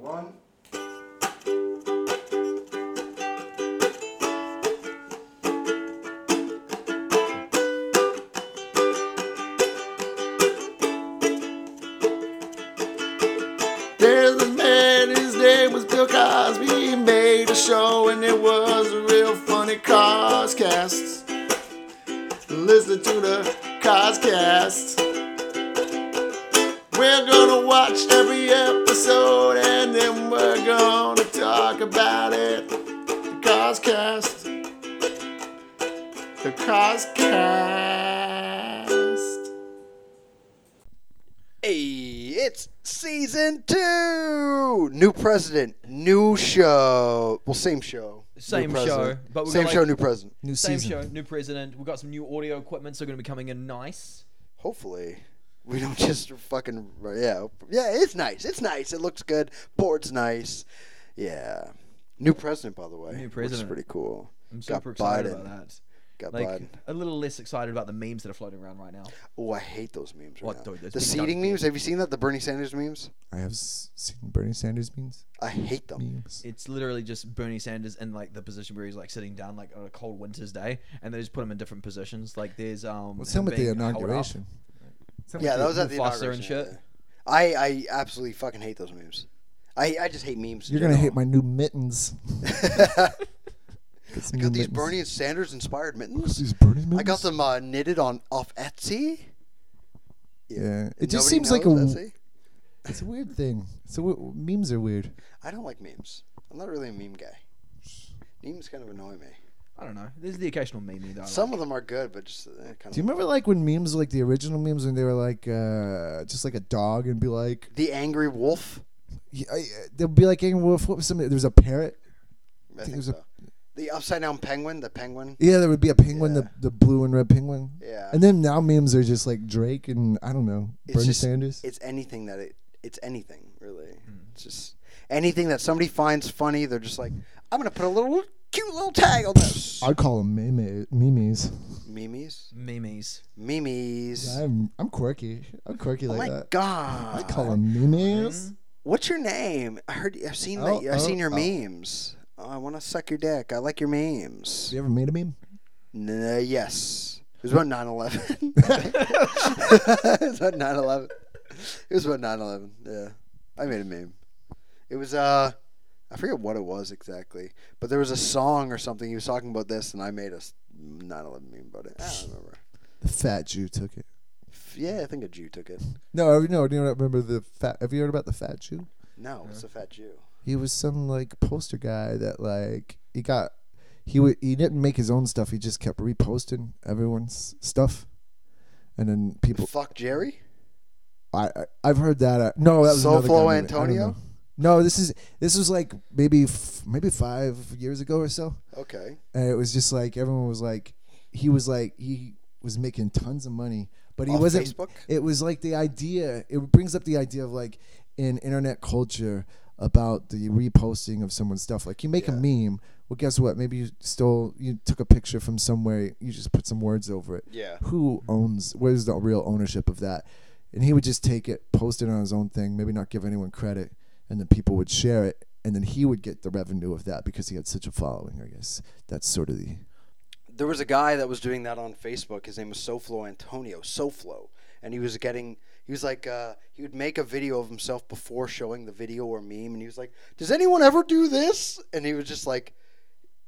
one. There's this man, his name was Bill Cosby. He made a show and it was a real funny Coscast. Listen to the Coscast. We're gonna watch every episode and then we're gonna talk about it. The Coscast. The Coscast. Hey, it's season two. New president, new show. Well, same show. new Same show, president. but we've same got, show, like- new president. New Same season. show, new president. We've got some new audio equipment, so going to be coming in nice. Hopefully, we don't just fucking yeah, yeah. It's nice. It's nice. It looks good. Board's nice. Yeah. New president, by the way. New Which is president. pretty cool. I'm Got super excited Biden. about that. Got Like Biden. a little less excited about the memes that are floating around right now. Oh, I hate those memes right What, now. dude, there's the been seating done- memes. Have you seen that? The Bernie Sanders memes. I have s- seen Bernie Sanders memes. I hate them. memes. It's literally just Bernie Sanders in like the position where he's like sitting down like on a cold winter's day, and they just put him in different positions. Like there's um. What's him him with the being held up. inauguration? Something Yeah, with that was the- at the Mufasa inauguration, and shit. yeah. I I absolutely fucking hate those memes. I I just hate memes. in You're gonna hate general. my new mittens. Get some I got new these mittens. Bernie and Sanders inspired mittens. These Bernie mittens. I got them uh, knitted on off Etsy. Yeah, it Nobody just seems like a knows w- Etsy. it's a weird thing. So w- memes are weird. I don't like memes. I'm not really a meme guy. Memes kind of annoy me. I don't know. There's the occasional meme though. Some of them are good, but just uh, kind Do you of remember like when memes, like the original memes, when they were like uh, just like a dog and be like, the angry wolf. y- I- uh, they'll be like, hey, what was something? There was a parrot. I think think it was a- so. The upside down penguin. The penguin. Yeah, there would be a penguin, Yeah. the the blue and red penguin. Yeah. And then now memes are just like Drake and I don't know It's Bernie just- Sanders. It's anything that it. It's anything really. It's just anything that somebody finds funny. They're just like, I'm gonna put a little cute little tag on this. I'd call them meme memes. Memes. memes. Memes. I'm I'm quirky. I'm quirky Oh like my that. god! I call them memes. What's your name? I heard. I've seen. Oh, that, I've seen oh, your oh. memes. Oh, I want to suck your dick. I like your memes. You ever made a meme? N- uh, yes. It was about 9/11. it was about 9/11. It was about 9/11. Yeah, I made a meme. It was uh, I forget what it was exactly, but there was a song or something. He was talking about this, and I made a s- 9/11 meme about it. I don't remember. The fat Jew took it. F- Yeah, I think a Jew took it. No, I- no, do you not remember the fat? Have you heard about the fat Jew? No, it's a fat Jew. He was some like poster guy that like he got. He would he didn't make his own stuff. He just kept reposting everyone's stuff, and then people. Fuck Jerry. I, I I've heard that. Uh, no, that was Soulflow another guy who made- I don't Antonio? know. No, this is this was like maybe f- maybe five years ago or so. Okay. and it was just like everyone was like he was like he was making tons of money but he Off wasn't Facebook? it was like the idea it brings up the idea of like in internet culture about the reposting of someone's stuff like you make a meme well guess what maybe you stole you took a picture from somewhere you just put some words over it Yeah. who owns where's the real ownership of that and he would just take it post it on his own thing maybe not give anyone credit and then people would share it and then he would get the revenue of that because he had such a following i guess that's sort of the there was a guy that was doing that on Facebook. His name was SoFlo Antonio, SoFlo, and he was getting. He was like, uh, he would make a video of himself before showing the video or meme, and he was like, "Does anyone ever do this?" And he was just like,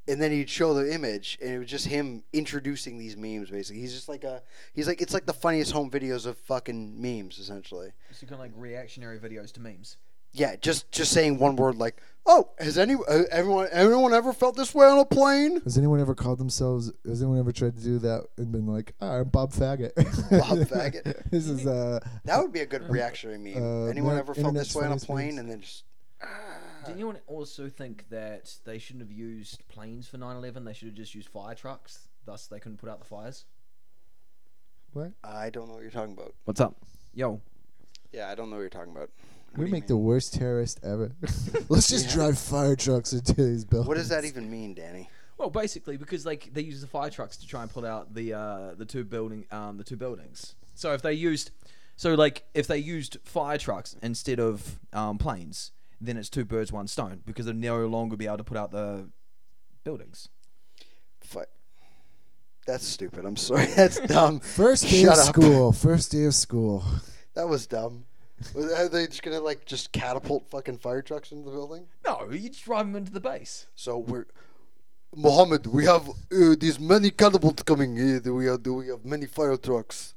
and then he'd show the image, and it was just him introducing these memes. Basically, he's just like a, he's like, it's like the funniest home videos of fucking memes, essentially. So kind of like reactionary videos to memes. Yeah, just just saying one word like, "Oh, has any uh, everyone everyone ever felt this way on a plane?" has anyone ever called themselves has anyone ever tried to do that and been like "Ah, i'm bob faggot Bob Faggot? this is uh That would be a good reactionary meme. Uh, Anyone no, ever felt internet this way on a funniest plane? memes. And then just Did anyone also think that they shouldn't have used planes for 9/11? They should have just used fire trucks. Thus, they couldn't put out the fires. what I don't know what you're talking about. What's up, yo? Yeah, I don't know what you're talking about. we make the worst terrorist ever let's just drive fire trucks into these buildings What does that e-, even mean, Danny? Well, basically, because like they use the fire trucks to try and put out the uh, the two building um, the two buildings. So if they used, so like if they used fire trucks instead of um, planes, then it's two birds, one stone because they'll no longer be able to put out the buildings. Fuck. That's stupid. I'm sorry. That's dumb. First day Shut of up. school. First day of school. That was dumb. Was- Are they just gonna like just catapult fucking fire trucks into the building? No, you just drive them into the base. So we're Mohammed. We have uh, these many catapults coming. here. we have we have many fire trucks.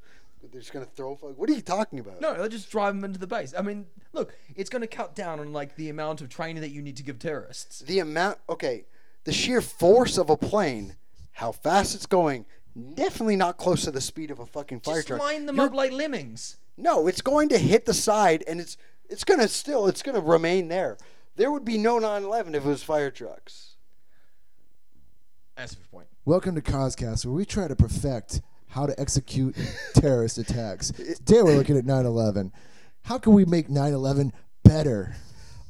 They're just gonna throw. fu- What are you talking about? No, they'll just drive them into the base. I mean, look, it's going to cut down on like the amount of training that you need to give terrorists. The amount. Okay, the sheer force of a plane, how fast it's going. Definitely not close to the speed of a fucking fire Just truck. line them You're- up like lemmings. No, it's going to hit the side, and it's it's gonna still it's gonna remain there. There would be no 9/11 if it was fire trucks. That's the point. Welcome to Coscast, where we try to perfect how to execute terrorist attacks. Today we're looking at 9/11. How can we make 9/11 better?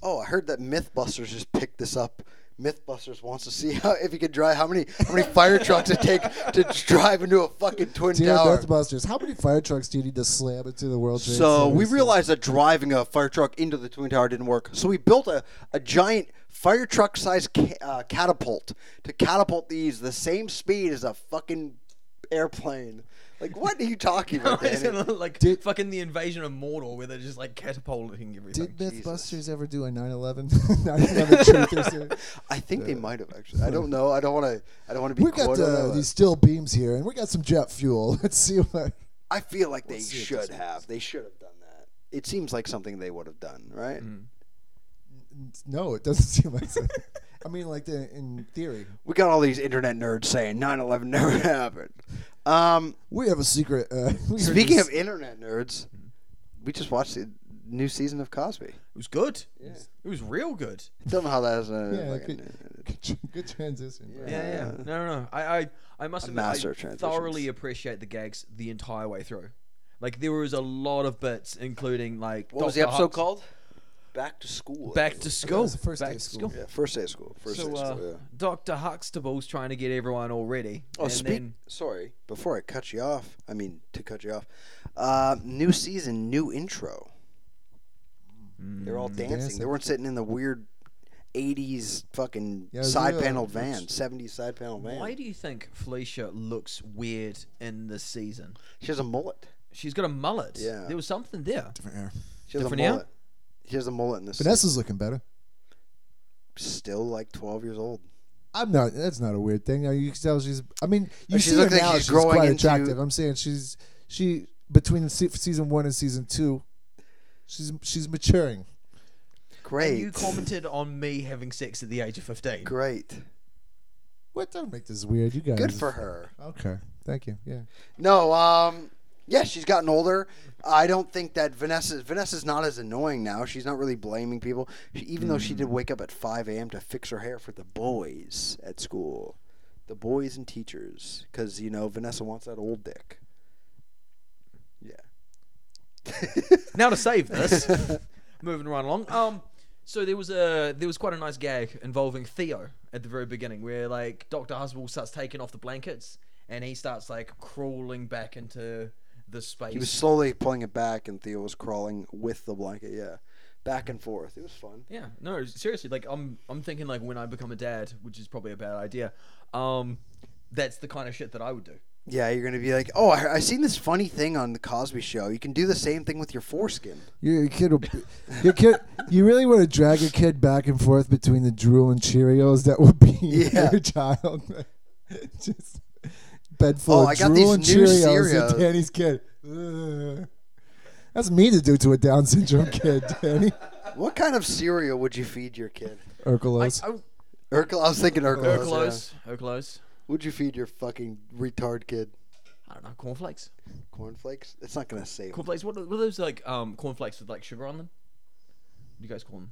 Oh, I heard that MythBusters just picked this up. MythBusters wants to see how if you could drive how many how many fire trucks it take to drive into a fucking twin Dear tower. Mythbusters, how many fire trucks do you need to slam into the World Trade So Center? we realized that driving a fire truck into the twin tower didn't work. So we built a, a giant fire truck sized ca- uh, catapult to catapult these the same speed as a fucking airplane. Like what are you talking about? it's Danny? going to look like Did- fucking the invasion of Mordor where they're just like catapulting everything. Did MythBusters ever do a 9/11? 9/11 truth or something? I think they might have actually. I don't know. I don't want to. I don't want to be. Uh, We've got quoted on uh, that. these steel beams here, and we got some jet fuel. Let's see what. I feel like they Let's see if should this have. They should have done that. It seems like something they would have done, right? No, it doesn't seem like. so. I mean, like the, in theory, We got all these internet nerds saying 9/11 never happened. Um, we have a secret. Uh, we heard speaking this- of internet nerds, we just watched the new season of Cosby. It was good. It was real good. Don't know how that is. A, yeah, like an good, internet good tr- good transition. bro. Yeah, yeah. No, no, no. I, I, I must A admit, master I of transitions. thoroughly appreciate the gags the entire way through. Like there was a lot of bits, including like what was Dr. the episode Hux- called? Back to school. I Back think. to school. was the first Back day of to school. school. Yeah, first day of school. First So day of uh, school. Yeah. Doctor Huxtable's trying to get everyone all ready. Oh, and speak. then sorry. Before I cut you off, I mean to cut you off. Uh, new season, new intro. Hmm. They're all dancing. They dancing. weren't sitting in the weird '80s fucking Yeah, it was side really panel like- van, '70s side panel van. Why do you think Felicia looks weird in this season? She has a mullet. She's got a mullet. Yeah. There was something there. Different era. She has Different a now? mullet. She has a mullet in this. season. Vanessa's looking better. Still like 12 years old. I'm not. That's not a weird thing. Now, You can tell she's. I mean, you But she see her looks like now. she's She's, growing quite into- attractive. I'm saying she's she between se- season one and season two, she's she's maturing. Great. You commented on me having sex at the age of fifteen. Great. What? Don't make this weird. You guys. Good for her. Okay. Thank you. Yeah. No, um, yeah, she's gotten older. I don't think that Vanessa Vanessa's not as annoying now. She's not really blaming people, she, even though she did wake up at 5 a.m. to fix her hair for the boys at school, the boys and teachers, because you know Vanessa wants that old dick. Yeah. now to save this, moving right along. Um, so there was a there was quite a nice gag involving Theo at the very beginning, where like Doctor Husband starts taking off the blankets and he starts like crawling back into the space. he was slowly pulling it back, and Theo was crawling with the blanket. Yeah, back and forth. It was fun. yeah, no, seriously, like I'm I'm thinking like when I become a dad, which is probably a bad idea. Um, that's the kind of shit that I would do. Yeah, you're gonna be like, oh, I, I seen this funny thing on the Cosby Show. You can do the same thing with your foreskin. Your kid, will, your kid, you really want to drag your kid back and forth between the drool and Cheerios that would be Yeah. your child. Just bed full Oh, of I got drool and these new Cheerios Cheerios. and Danny's kid. Ugh. That's mean to do to a Down syndrome kid, Danny. What kind of cereal would you feed your kid? Urkelos. I, I, Urkel, I was thinking Urkel. Oh, Urkelos, Urkelos. Would you feed your fucking retard kid I don't know cornflakes. cornflakes? It's not gonna save. him. Cornflakes. What are, what are those like? Um, cornflakes with like sugar on them. What do you guys call them?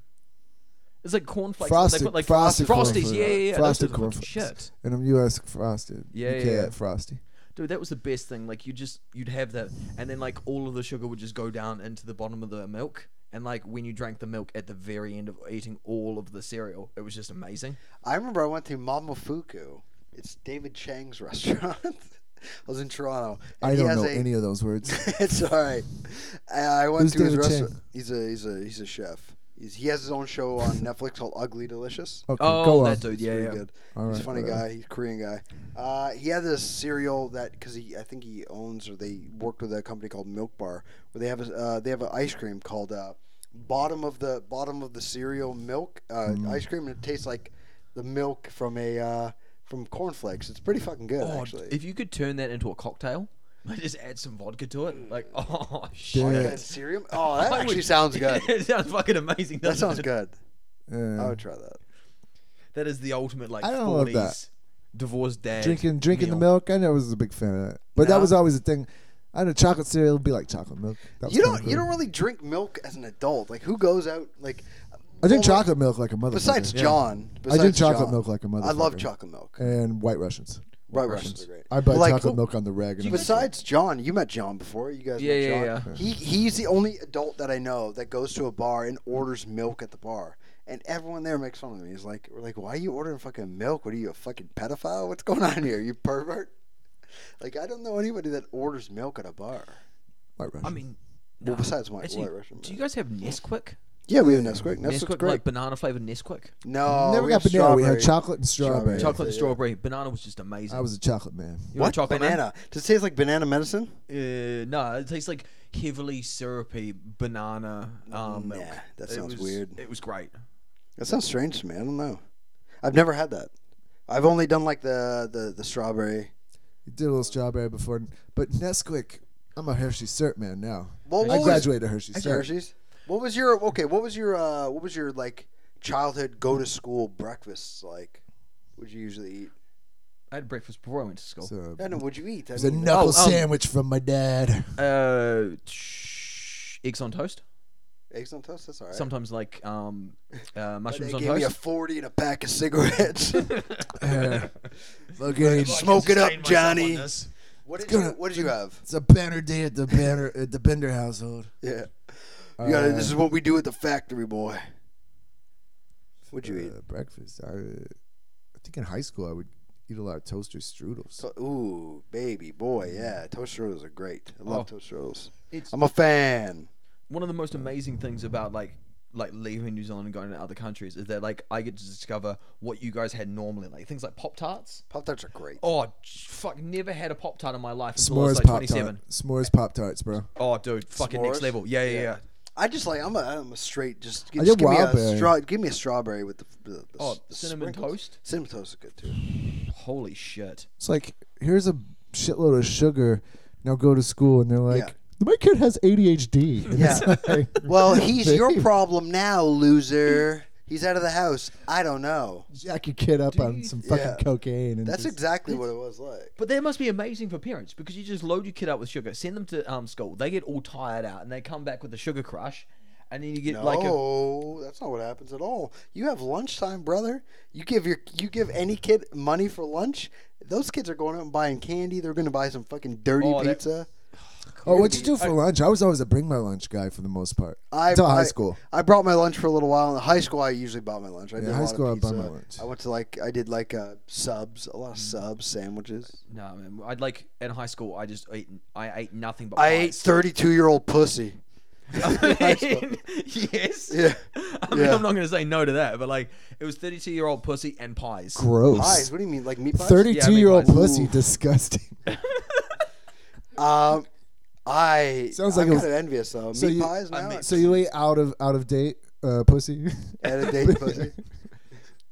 It's like cornflakes. but Frosted, they put like frosties. frosted, cornflakes. Yeah, yeah, yeah. those Frosted are the fucking cornflakes. Shit, And I'm U.S. frosted. Yeah, UK yeah, yeah. at frosty. dude, that was the best thing. Like you just you'd have that, and then like all of the sugar would just go down into the bottom of the milk. And like when you drank the milk at the very end of eating all of the cereal, it was just amazing. I remember I went to Mamafuku. It's David Chang's restaurant. I was in Toronto. and I he don't has know a- any of those words. it's all right. I I went Who's to his David restaurant. Chang? He's a he's a he's a chef. He's, he has his own show on Netflix called Ugly Delicious. Okay, go Oh, on. that dude. Yeah, Pretty yeah. good. All he's a right, funny whatever. guy. He's a Korean guy. Uh, he had this cereal that because he I think he owns or they worked with a company called Milk Bar where they have a uh, they have an ice cream called uh, bottom of the bottom of the cereal milk uh, Mm. ice cream and it tastes like the milk from a uh, from cornflakes. It's pretty fucking good Oh, actually. if you could turn that into a cocktail, like just add some vodka to it, like oh Oh, shit. yeah, and cereal. Oh, that I actually would- sounds good. it sounds fucking amazing. That doesn't sounds it? good. I Yeah. would try that. That is the ultimate like I don't love 40s that. divorced dad drinking drinking the meal. milk. I never was a big fan of that, but that No? was always a thing. I know chocolate cereal would be like chocolate milk. That was You kinda don't you cool. don't really drink milk as an adult. Like who goes out like I drink well, chocolate milk like a mother. Besides John, I besides drink chocolate John, milk like a mother. I love chocolate milk. and White Russians. White Russians are great. I buy But, like, chocolate who- milk on the reg. and I'm just like, Besides John, you met John before. You guys Yeah, met John. yeah, He he's the only adult that I know that goes to a bar and orders milk at the bar. And everyone there makes fun of me. He's like, "We're like, why are you ordering fucking milk? What are you a fucking pedophile? What's going on here? You pervert!" Like, I don't know anybody that orders milk at a bar. White Russians. I mean, Well, nah. besides White, Actually, White Russian. do you guys have Nesquik? yeah, we have Nesquik. Nesquik's Nesquik, great. like banana flavored Nesquik. no, never Oh, we got have banana. We strawberry. had chocolate and strawberry. Strawberry. Chocolate and yeah. strawberry. Banana was just amazing. I was a chocolate man. you want chocolate man? banana. Does it taste like banana medicine? Uh, no, it tastes like heavily syrupy banana um, Nah, milk. that It sounds was- weird. It was great. That sounds strange to me. I don't know. I've never had that. I've only done like the the, the strawberry. You did a little strawberry before, but Nesquik. I'm a Hershey cert man now. Well, I what was- graduated Hershey cert. Hershey's. What was your okay? What was your uh, what was your like childhood go to school breakfasts like? Would you usually eat? I had breakfast before I went to school. So I know. Would you eat? I it was a mean, knuckle Oh, um, sandwich from my dad. Uh, shh, eggs on toast. oh, eggs on toast. That's all right. Sometimes like um, uh, But they mushrooms on gave me a toast. forty and a pack of cigarettes. Fucking Smoke it up, Johnny. what did you gonna- What did you have? It's a banner day at the banner at the Bender household. Yeah. You gotta, this Uh, is what we do at the factory, boy. What'd you eat? Uh, breakfast. I, I think in high school I would eat a lot of toaster strudels. To- Ooh, baby boy, yeah. Toast rolls are great. I love toast rolls. Oh. It's- I'm a fan. One of the most amazing things about like like leaving New Zealand and going to other countries is that like I get to discover what you guys had normally, like things like pop tarts. Pop tarts are great. Oh, j- fuck! Never had a pop tart in my life until I was S'mores like pop twenty-seven. tart. S'mores pop tarts, bro. Oh, dude, fucking S'mores? next level. Yeah, yeah, yeah. I just like I'm a I'm a straight just, I just give did me a wildberry. straw give me a strawberry with the, the, the Oh, s- the cinnamon sprinkles. toast? Cinnamon toast is good too. Holy shit! It's like here's a shitload of sugar. Now go to school and they're like, Yeah. my kid has ADHD. And it's Yeah. like- Well, he's your Babe. problem now, loser. He's out of the house. I don't know. jack your kid up on some fucking Yeah. cocaine. And That's just- exactly what it was like. But that must be amazing for parents because you just load your kid up with sugar, send them to um, school, they get all tired out, and they come back with a sugar crush, and then you get No, like a that's not what happens at all. You have lunchtime, brother. You give your you give any kid money for lunch. Those kids are going out and buying candy. They're going to buy some fucking dirty Oh, that- pizza. oh, what'd you do for lunch? I was always a bring my lunch guy for the most part. Until high school. I brought my lunch for a little while. In high school, I usually bought my lunch. I did a high lot school, I of pizza. bought my lunch. Mm. I went to like I did like uh, subs, a lot of subs, sandwiches. No, man. I'd like in high school. I just ate. I ate nothing but. I ate flies. thirty-two year old pussy. I mean, yes. Yeah. I mean, Yeah. I'm not gonna say no to that, but like, it was 32 year old pussy and pies. Pies? Gross. What do you mean, like meat pies? Thirty-two year old Yeah, I mean, pussy. Ooh. Disgusting. Um, I Sounds I'm like it was- kind of envious though. so meat you- pies I now. mean- so you ate out of out of date uh, pussy. at a date pussy.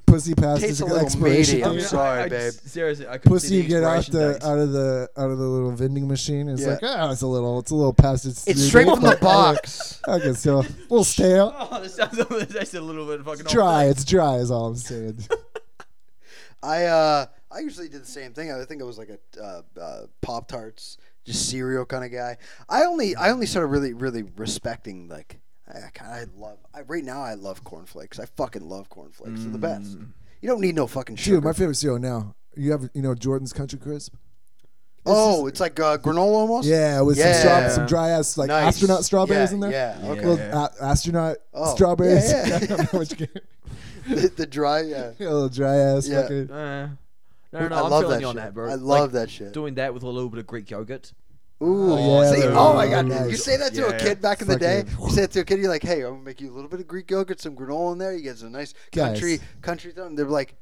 pussy past Tastes its a little expiration meaty. I'm date. mean, sorry, babe. Seriously, I could pussy you the get out expiration the dates. out of the out of the little vending machine. It's Yeah. like ah, it's a little it's a little past its. It's due straight date, from the but- box. Okay, so a little stale. Oh, that sounds. That tastes a little bit fucking. Dry, off. it's dry is all I'm saying. I uh, I usually did the same thing. I think I was like a uh, uh, Pop Tarts, just cereal kind of guy. I only I only started really really respecting like I kind I love I, right now I love cornflakes. I fucking love cornflakes. They're the best. You don't need no fucking sugar. Mm. Dude, my favorite cereal now. You have you know Jordan's Country Crisp? oh, it's like uh, granola almost. Yeah, with Yeah. some straw, some dry ass like Nice. astronaut strawberries Yeah, in there. yeah, okay. Little a- astronaut Oh, strawberries. yeah, yeah. I don't know what you get. the, the dry. Yeah. A little dry ass Yeah. fucking. Uh, no, no, no, I I'm love feeling that you on shit. that, bro. I Like, love that shit. doing that with a little bit of Greek yogurt. Ooh, Oh, yeah, see, they're oh my really god! nice. You say that to a Yeah. kid back in the day. Fucking- You say that to a kid, you're like, "Hey, I'm gonna make you a little bit of Greek yogurt, some granola in there. You get some nice country Guys. country thing." They're like,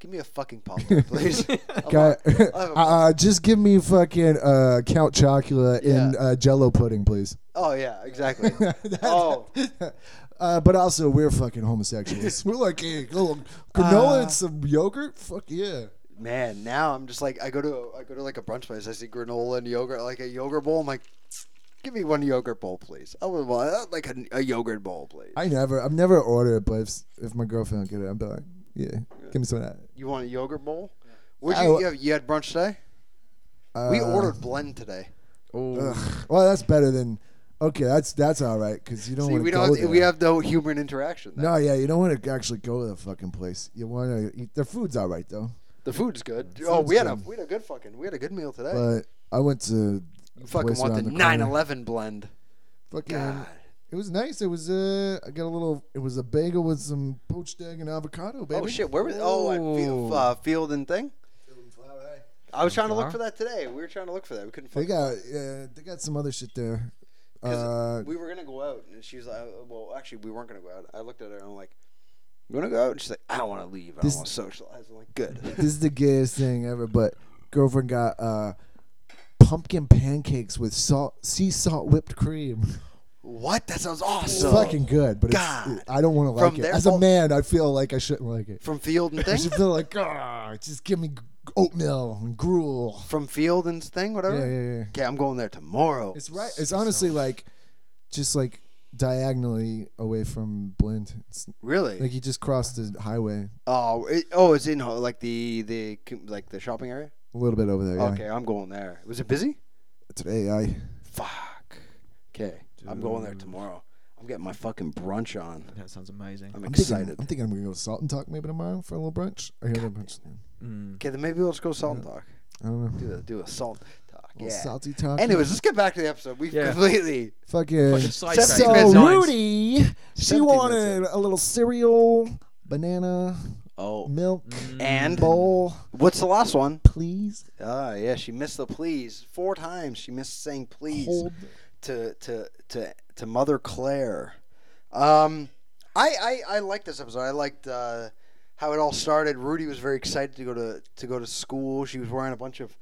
"Give me a fucking popcorn, please." I'm Guy, like, "Oh, uh, just give me fucking uh, Count Chocula and Yeah. uh, Jello pudding, please. oh yeah, exactly. oh, Uh, but also, we're fucking homosexuals. we're like, hey, go- granola Uh, and some yogurt. Fuck yeah. man, now I'm just like, I go to I go to like a brunch place. I see granola and yogurt, like a yogurt bowl. I'm like, "Give me one yogurt bowl, please. I would want uh, like a, a yogurt bowl, please." I never, I've never ordered it, but if, if my girlfriend get it, I'm like, yeah, give me some of that. You want a yogurt bowl? Would I you, w- you, have, you had brunch today? we ordered blend today. Ugh. Uh, Well, that's better than. Okay, that's that's all right because you don't See, want we to go don't. Have, there. we have no human interaction. then. no, yeah, you don't want to actually go to the fucking place. You want to eat. Their food's all right though. The food's good. That oh, sounds we had a good. we had a good fucking we had a good meal today. But I went to you a fucking place want the around corner. 911 blend. Fucking, God. it was nice. It was uh, I got a little. It was a bagel with some poached egg and avocado, baby. Oh shit, where was oh at Field, Ooh. uh, Field and thing? I was trying to look for that today. We were trying to look for that. We couldn't They find. got uh, they got some other shit there. 'cause Uh, we were gonna go out, and she was like, uh, "Well, actually, we weren't gonna go out." I looked at her and I'm like, "You wanna go out?" And she's like, "I don't want to leave. I don't This- want to socialize." I'm like, "Good." this is the gayest thing ever. But girlfriend got uh, pumpkin pancakes with salt, sea salt whipped cream. what? That sounds It's awesome. fucking good, but it's, God. I don't want to From Oh. like it. their As a fault- man, I feel like I shouldn't like it. from Field and I thing. should feel like, ah, just give me oatmeal and gruel. from Field and thing, whatever. Yeah, yeah, yeah. Okay, I'm going there tomorrow. It's right. It's honestly like, just like diagonally away from Blend. It's really? like you just crossed the highway oh, it, oh, it's in uh, like the the like the shopping area. a little bit over there. Yeah. Okay, I'm going there. Was it busy? Today I. Fuck. Okay, I'm going there tomorrow. I'm getting my fucking brunch on. That sounds amazing. I'm I'm excited. Thinking, I'm thinking I'm gonna go to Salt and Talk maybe tomorrow for a little brunch. I got a brunch. Mm. Okay, then maybe let's go salt and talk. I don't know. Do a, do a salt talk. A Yeah. little salty talk. Anyways, let's get back to the episode. We Yeah. completely. fucking. Fucking side Seventy So minutes. Rudy, she 70 wanted minutes a little cereal, banana, Oh. milk And bowl, what's the last one? please. Ah, yeah, she missed the please four times. She missed saying please Hold. to to to to Mother Claire. Um, I I, I like this episode. I liked uh, how it all started. Rudy was very excited to go to to go to school. She was wearing a bunch of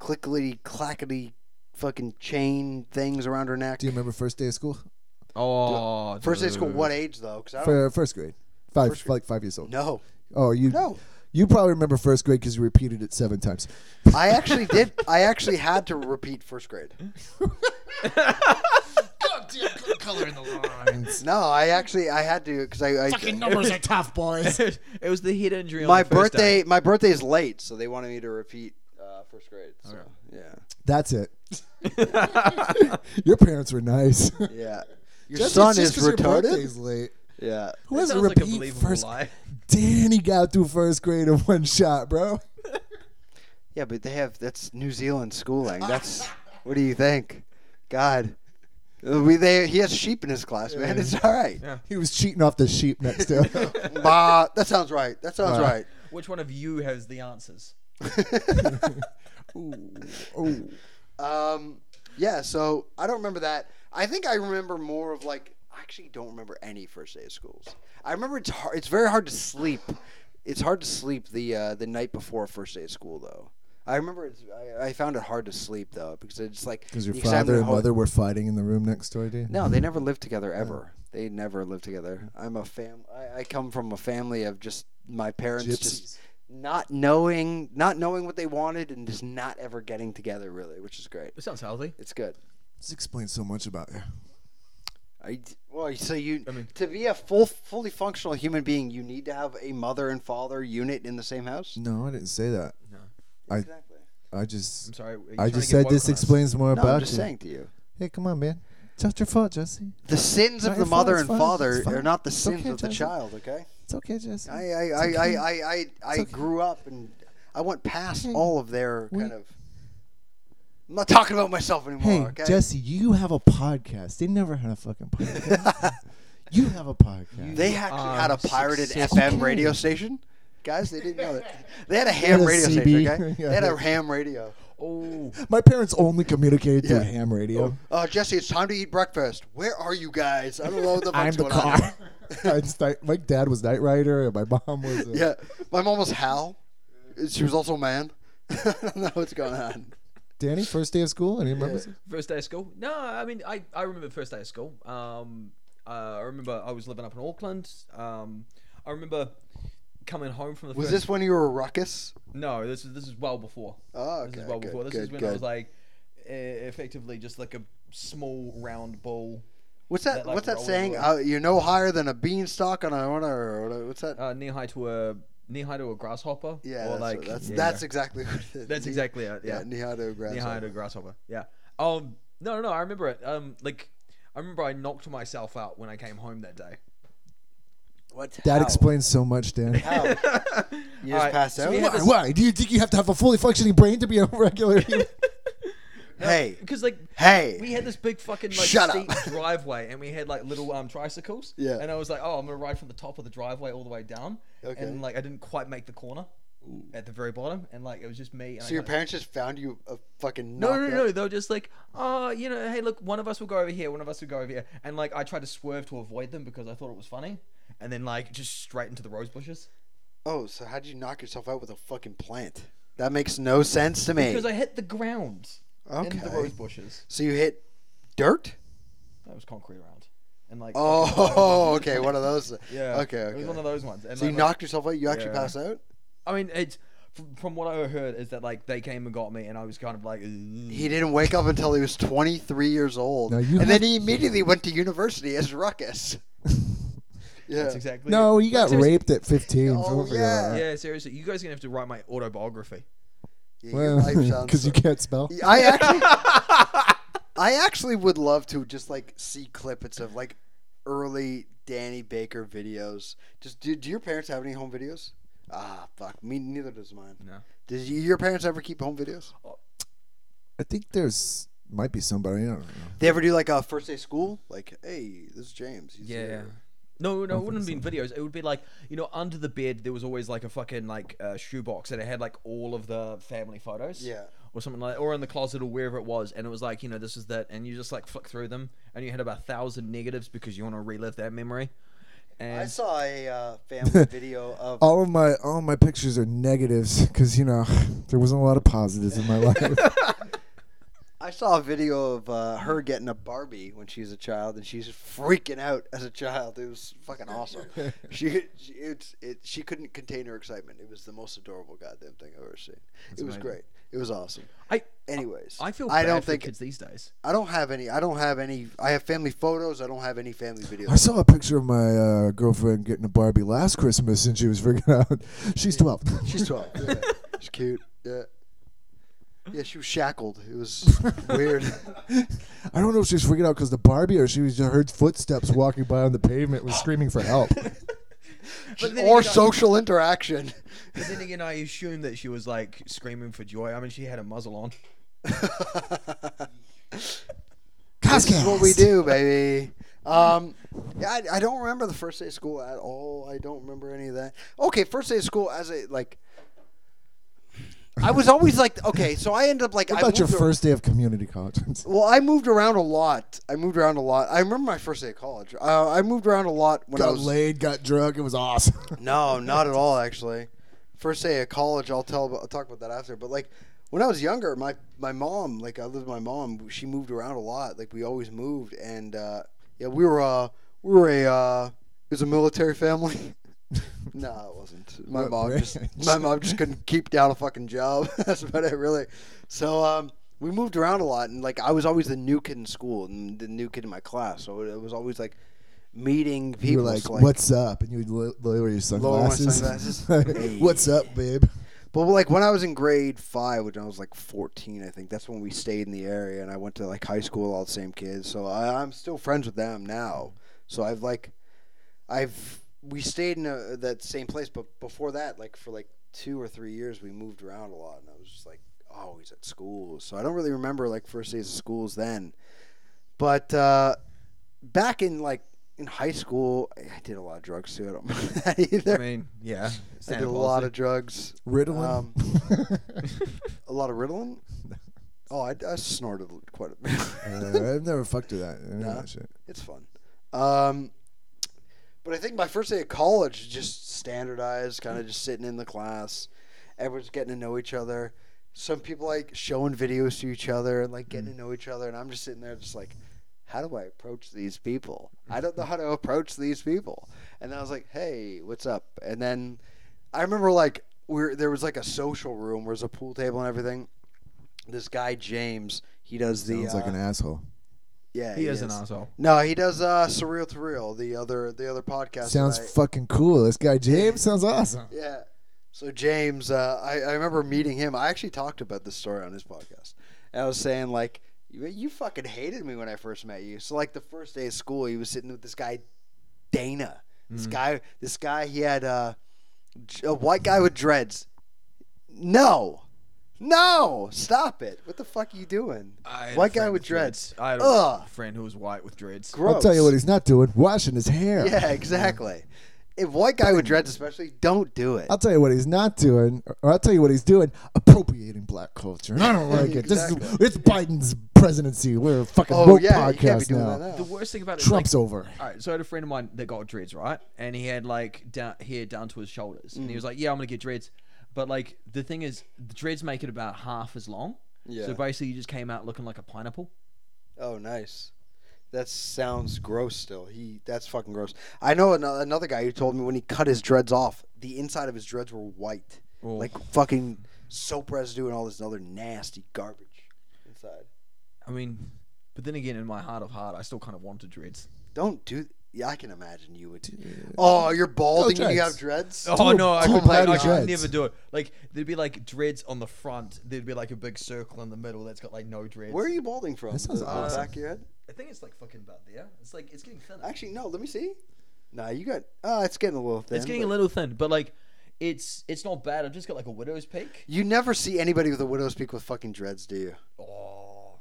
clickety clackety fucking chain things around her neck. Do you remember first day of school? Oh, First day of school, dude. what age though? Because I don't For first grade, five, First grade. like five years old. know. Oh, you. No. You probably remember first grade because you repeated it seven times. I actually did. I actually had to repeat first grade. God damn, put color in the lines. No, I actually I had to because I, I Fucking numbers are tough, boys. it was the head injury. on my the first birthday day. my birthday is late, so they wanted me to repeat uh, first grade. So yeah, That's it. Your parents were nice. yeah. Your Just- son it's just is 'cause your retarded. birthday's late. Yeah, Who That has a sounds like a repeat believable first? lie. Danny got through first grade in one shot, bro. yeah, but they have that's New Zealand schooling. That's what do you think? God, Uh, we they he has sheep in his class, man. It's all right. Yeah. He was cheating off the sheep next to him. Bah, that sounds right. That sounds Bah. right. Which one of you has the answers? oh. Um, yeah, so I don't remember that. I think I remember more of like I actually don't remember any first day of schools. I remember it's hard. It's very hard to sleep. It's hard to sleep the uh, the night before first day of school though. I remember it's, I, I found it hard to sleep though because it's like Because your the exam- father and oh, mother were fighting in the room next door, dude. No, they never lived together ever. They never lived together. I'm a fam. I, I come from a family of just my parents Gypsies. just not knowing not knowing what they wanted and just not ever getting together really, which is great. It sounds healthy. It's good. This explains so much about you. I, well, so you I mean- to be a full, fully functional human being, you need to have a mother and father unit in the same house. No, I didn't say that. No. I, Exactly. I I'm just, sorry. are you I trying just to get said this woke on us? explains more No, about I'm just you. saying to you, Hey, come on, man. It's not your fault, Jesse. the sins No, of the it's fine, mother it's and fine, father it's fine. are not the It's sins okay, of the Jesse. child. Okay. It's okay, Jesse. I, I, I, I, I, I, I okay. grew up and I went past Hey, all of their we- kind of. I'm not talking about myself anymore. Hey, okay. Jesse, you have a podcast. They never had a fucking podcast. you have a podcast. They actually are had a pirated successful. FM radio station. Guys, they didn't know that. They had a ham had a radio CB. station. Okay? They had a ham radio. Oh, My parents only communicated through Yeah. ham radio. Uh, Jesse, it's time to eat breakfast. Where are you guys? I don't know what the I'm fuck's the going on. car. It's like- my dad was Knight Rider, and my mom was. uh, Yeah, my mom was Hal. She was also a man. I don't know what's going on. Danny, first day of school, and he remembers. it? first day of school? No, I mean, I, I remember the first day of school. Um, uh, I remember I was living up in Auckland. Um, I remember coming home from the Was first... this when you were a ruckus? No, this is this is well before. Oh, This is okay, well good, before. This good, is when good. I was like, e- effectively just like a small round ball, What's that? That, like, what's that rolling saying? away. Uh, you're no higher than a beanstalk on a on a- or what's that? uh, knee high to a knee high to a grasshopper. yeah, or that's, like what- that's yeah, that's yeah. exactly what it is. That's Knee- exactly it. yeah. Yeah, knee high to a grass. knee high to a grasshopper. Yeah. Um, no, no, no. I remember it. Um, like I remember I knocked myself out when I came home that day. What? That How? explains so much, Danny. How? You just Alright, passed so out. we had Why, this- why? Do you think you have to have a fully functioning brain to be a regular human? hey, Because like hey. we had this big fucking like Shut steep up. driveway, and we had like little um tricycles. Yeah. And I was like, oh, I'm gonna ride from the top of the driveway all the way down. Okay. And like I didn't quite make the corner at the very bottom, and like it was just me. And I so your got- parents just found you a fucking No, no, no, knockout? no. They were just like, oh, you know, hey, look, one of us will go over here, one of us will go over here, and like I tried to swerve to avoid them because I thought it was funny, and then like just straight into the rose bushes Oh, so how did you knock yourself out with a fucking plant? That makes no sense to me. because I hit the ground in Okay. the rose bushes. so you hit dirt? That was concrete around, and like Oh, okay. One of those. yeah, Okay. it okay. was one of those ones. And so you like, my- knocked yourself out. You actually Yeah. passed out. I mean, it's from, from what I heard is that like they came and got me, and I was kind of like, He didn't wake up until he was 23 years old, Now and you then have- he immediately went to university as Ruckus. yeah. that's exactly. no, it. you got Seriously- raped at 15. so Oh, don't forget yeah. about that. Yeah, seriously, you guys are gonna have to write my autobiography. Yeah, your life Well, sounds because you so- can't spell. I actually, I actually would love to just like see clippets of like early Danny Baker videos. Just do, do your parents have any home videos? Ah, fuck. Me neither does mine. No. Did you, your parents ever keep home videos? I think there's might be somebody. I don't know. They ever do like a first day of school? Like, hey, this is James. He's Yeah. here." No, no, it wouldn't have been videos. It would be like you know, under the bed there was always like a fucking like uh, shoebox, and it had like all of the family photos, Yeah. or something like, or in the closet or wherever it was, and it was like you know this is that, and you just like flick through them, and you had about a thousand negatives because you want to relive that memory. I And saw a uh, family video of. All of my all of my pictures are negatives because you know there wasn't a lot of positives in my life. I saw a video of uh, her getting a Barbie when she was a child, and she's freaking out as a child. It was fucking awesome. she she, it's, it, she couldn't contain her excitement. It was the most adorable goddamn thing I've ever seen. it was amazing. great. It was awesome. I, Anyways, I feel I bad don't for think kids these days. I don't have any. I don't have any. I have family photos. I don't have any family I videos. saw a picture of my uh, girlfriend getting a Barbie last Christmas, and she was freaking out. She's twelve. She's twelve. Yeah. She's cute. Yeah. Yeah, she was shackled. It was weird. I don't know if she was freaking out because the Barbie, or she was just heard footsteps walking by on the pavement, was screaming for help. But then or again, I- social interaction. But then again, I assume that she was like screaming for joy. I mean, she had a muzzle on. This is what we Coscast. do, baby. Um, yeah, I, I don't remember the first day of school at all. I don't remember any of that. Okay, first day of school as a like. I was always like, okay, so I ended up like. What I about your moved ar- first day of community college? Well, I moved around a lot. I moved around a lot. I remember my first day of college. Uh, I moved around a lot when I got was. laid, got drunk. It was awesome. No, not at all. Actually, first day of college, I'll tell. I'll talk about that after. But like when I was younger, my my mom, like I lived with my mom. She moved around a lot. Like we always moved, and uh, yeah, we were uh, we were a uh, it was a military family. no, it wasn't. My What mom just branch? my mom just couldn't keep down a fucking job. That's about it, really. So um. We moved around a lot, and like I was always the new kid in school and the new kid in my class, so it was always like meeting people. you were like, So, "What's up?" and you would lo- lower your Lower my sunglasses. sunglasses. Hey. What's up, babe? But like when I was in grade five, when I was like fourteen, I think that's when we stayed in the area, and I went to like high school, with all the same kids. So I, I'm still friends with them now. So I've like, I've we stayed in a, that same place, but before that, like for like two or three years, we moved around a lot, and I was just like always at school. So I don't really remember like first days of schools then. But uh, back in like in high school, I I did a lot of drugs too. I don't remember that either. I I, mean, yeah. did a lot of drugs. Ritalin. Um, a lot of Ritalin. Oh, I, I snorted quite a bit. Uh, I've never fucked with that. I don't know Nah. that shit. it's fun. Um, but I think my first day of college, just standardized, kind of just sitting in the class, everyone's getting to know each other. Some people like showing videos to each other and like getting to know each other, and I'm just sitting there, just like, how do I approach these people? I don't know how to approach these people. And then I was like, hey, what's up? And then I remember like we're there was like a social room, where there's a pool table and everything. This guy James, he does the Sounds like uh, an asshole. yeah, He is an asshole. no, he does uh, surreal to real, the other the other podcast. Sounds that I- fucking cool. This guy James sounds awesome. yeah. So James, uh, I I remember meeting him. I actually talked about this story on his podcast. And I was saying like, you, you fucking hated me when I first met you. So like the first day of school, he was sitting with this guy, Dana. This Mm. guy, this guy, he had uh, j- a white guy with dreads. No, no, stop it! What the fuck are you doing? white guy with dreads. I had a Ugh. friend who was white with dreads. Gross. I'll tell you what he's not doing: washing his hair. Yeah, exactly. If white guy with dreads, especially, don't do it. I'll tell you what he's not doing, or I'll tell you what he's doing: appropriating black culture. And I don't like it. This is Exactly. it's Biden's presidency. We're a fucking Oh woke yeah, you can't be podcast doing now. that The now. worst thing about it is Trump's like, over. All right, so I had a friend of mine that got dreads, right? And he had like down hair down to his shoulders, Mm. and he was like, "Yeah, I'm gonna get dreads," but like the thing is, the dreads make it about half as long. Yeah. So basically, you just came out looking like a pineapple. Oh, nice. That sounds gross. Still, he that's fucking gross. I know ano- another guy who told me when he cut his dreads off, the inside of his dreads were white, Oh. like fucking soap residue and all this other nasty garbage inside. I mean, but then again, in my heart of heart, I still kind of wanted dreads. Don't do. Yeah, I can imagine you would. Oh, you're balding and you dreads. have dreads. Oh Dual- no, I could, dual like, I body could dreads. never do it. Like there'd be like dreads on the front, there'd be like a big circle in the middle that's got like no dreads. Where are you balding from? That sounds The- the awesome. Back of your head. I think it's like fucking about there. It's like it's getting thin. Actually, no. Let me see. Nah, you got. Oh, it's getting a little thin. it's getting but- a little thin, but like it's it's not bad. I've just got like a widow's peak. You never see anybody with a widow's peak with fucking dreads, do you? Oh,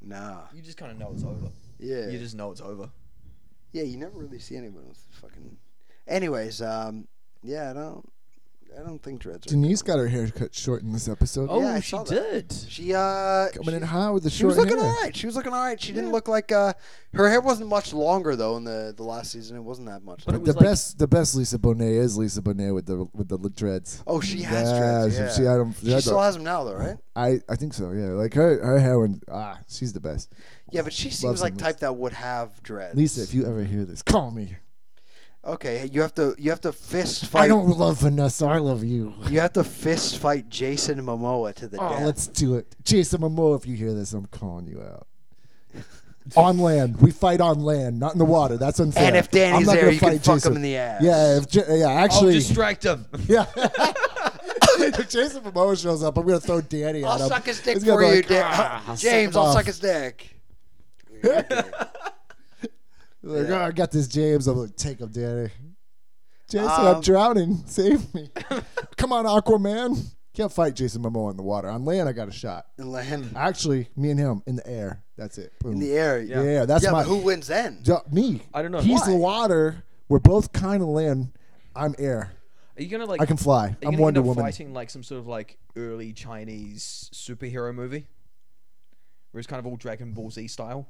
Nah. you just kind of know it's over. Yeah. You just know it's over. yeah, you never really see anybody with fucking. Anyways, um, yeah, I don't, I don't think dreads. Are... Denise got her hair cut short in this episode. Oh, I she saw that. did. She uh, coming she, in high with the she short was looking hair. all right. She was looking all right. She didn't look like uh, her hair wasn't much longer though in the the last season. It wasn't that much. But it longer. The was like- best, the best Lisa Bonet is Lisa Bonet with the with the dreads. oh, she has dreads. she- Yeah. she had 'em- she She had still the- has them now though, right? I, I think so. Yeah, like her her hair when ah, she's the best. Yeah, but she seems Loves like them, type that would have dreads. Lisa, if you ever hear this, call me. Okay, you have to you have to fist fight. I don't love Vanessa. I love you. You have to fist fight Jason Momoa to the Oh, death. let's do it, Jason Momoa. If you hear this, I'm calling you out. on land, we fight on land, not in the water. That's unfair. And if Danny's I'm not there, gonna you can fight fuck him Jason. in the ass. Yeah, if, Ja- yeah. Actually, Oh, distract him. yeah. if Jason Momoa shows up, I'm gonna throw Danny at I'll him. suck his dick He's gonna for be you, like, Dan- "Ah, I'll James. him I'll off." suck his dick. Like, Yeah. oh, I got this James. I'm like, take him, Danny. Jason, Um, I'm drowning. Save me. Come on, Aquaman. Can't fight Jason Momoa in the water. On land, I got a shot. and let him Actually, me and him in the air. That's it. Boom. in the air. Yeah, that's Ah. yeah, my but who wins then? Yeah, me. I don't know. He's Why? the water. We're both kind of land. I'm air. Are you gonna like? I can Are fly. you I'm gonna Wonder end up Woman. Fighting like some sort of like early Chinese superhero movie, where it's kind of all Dragon Ball Z style.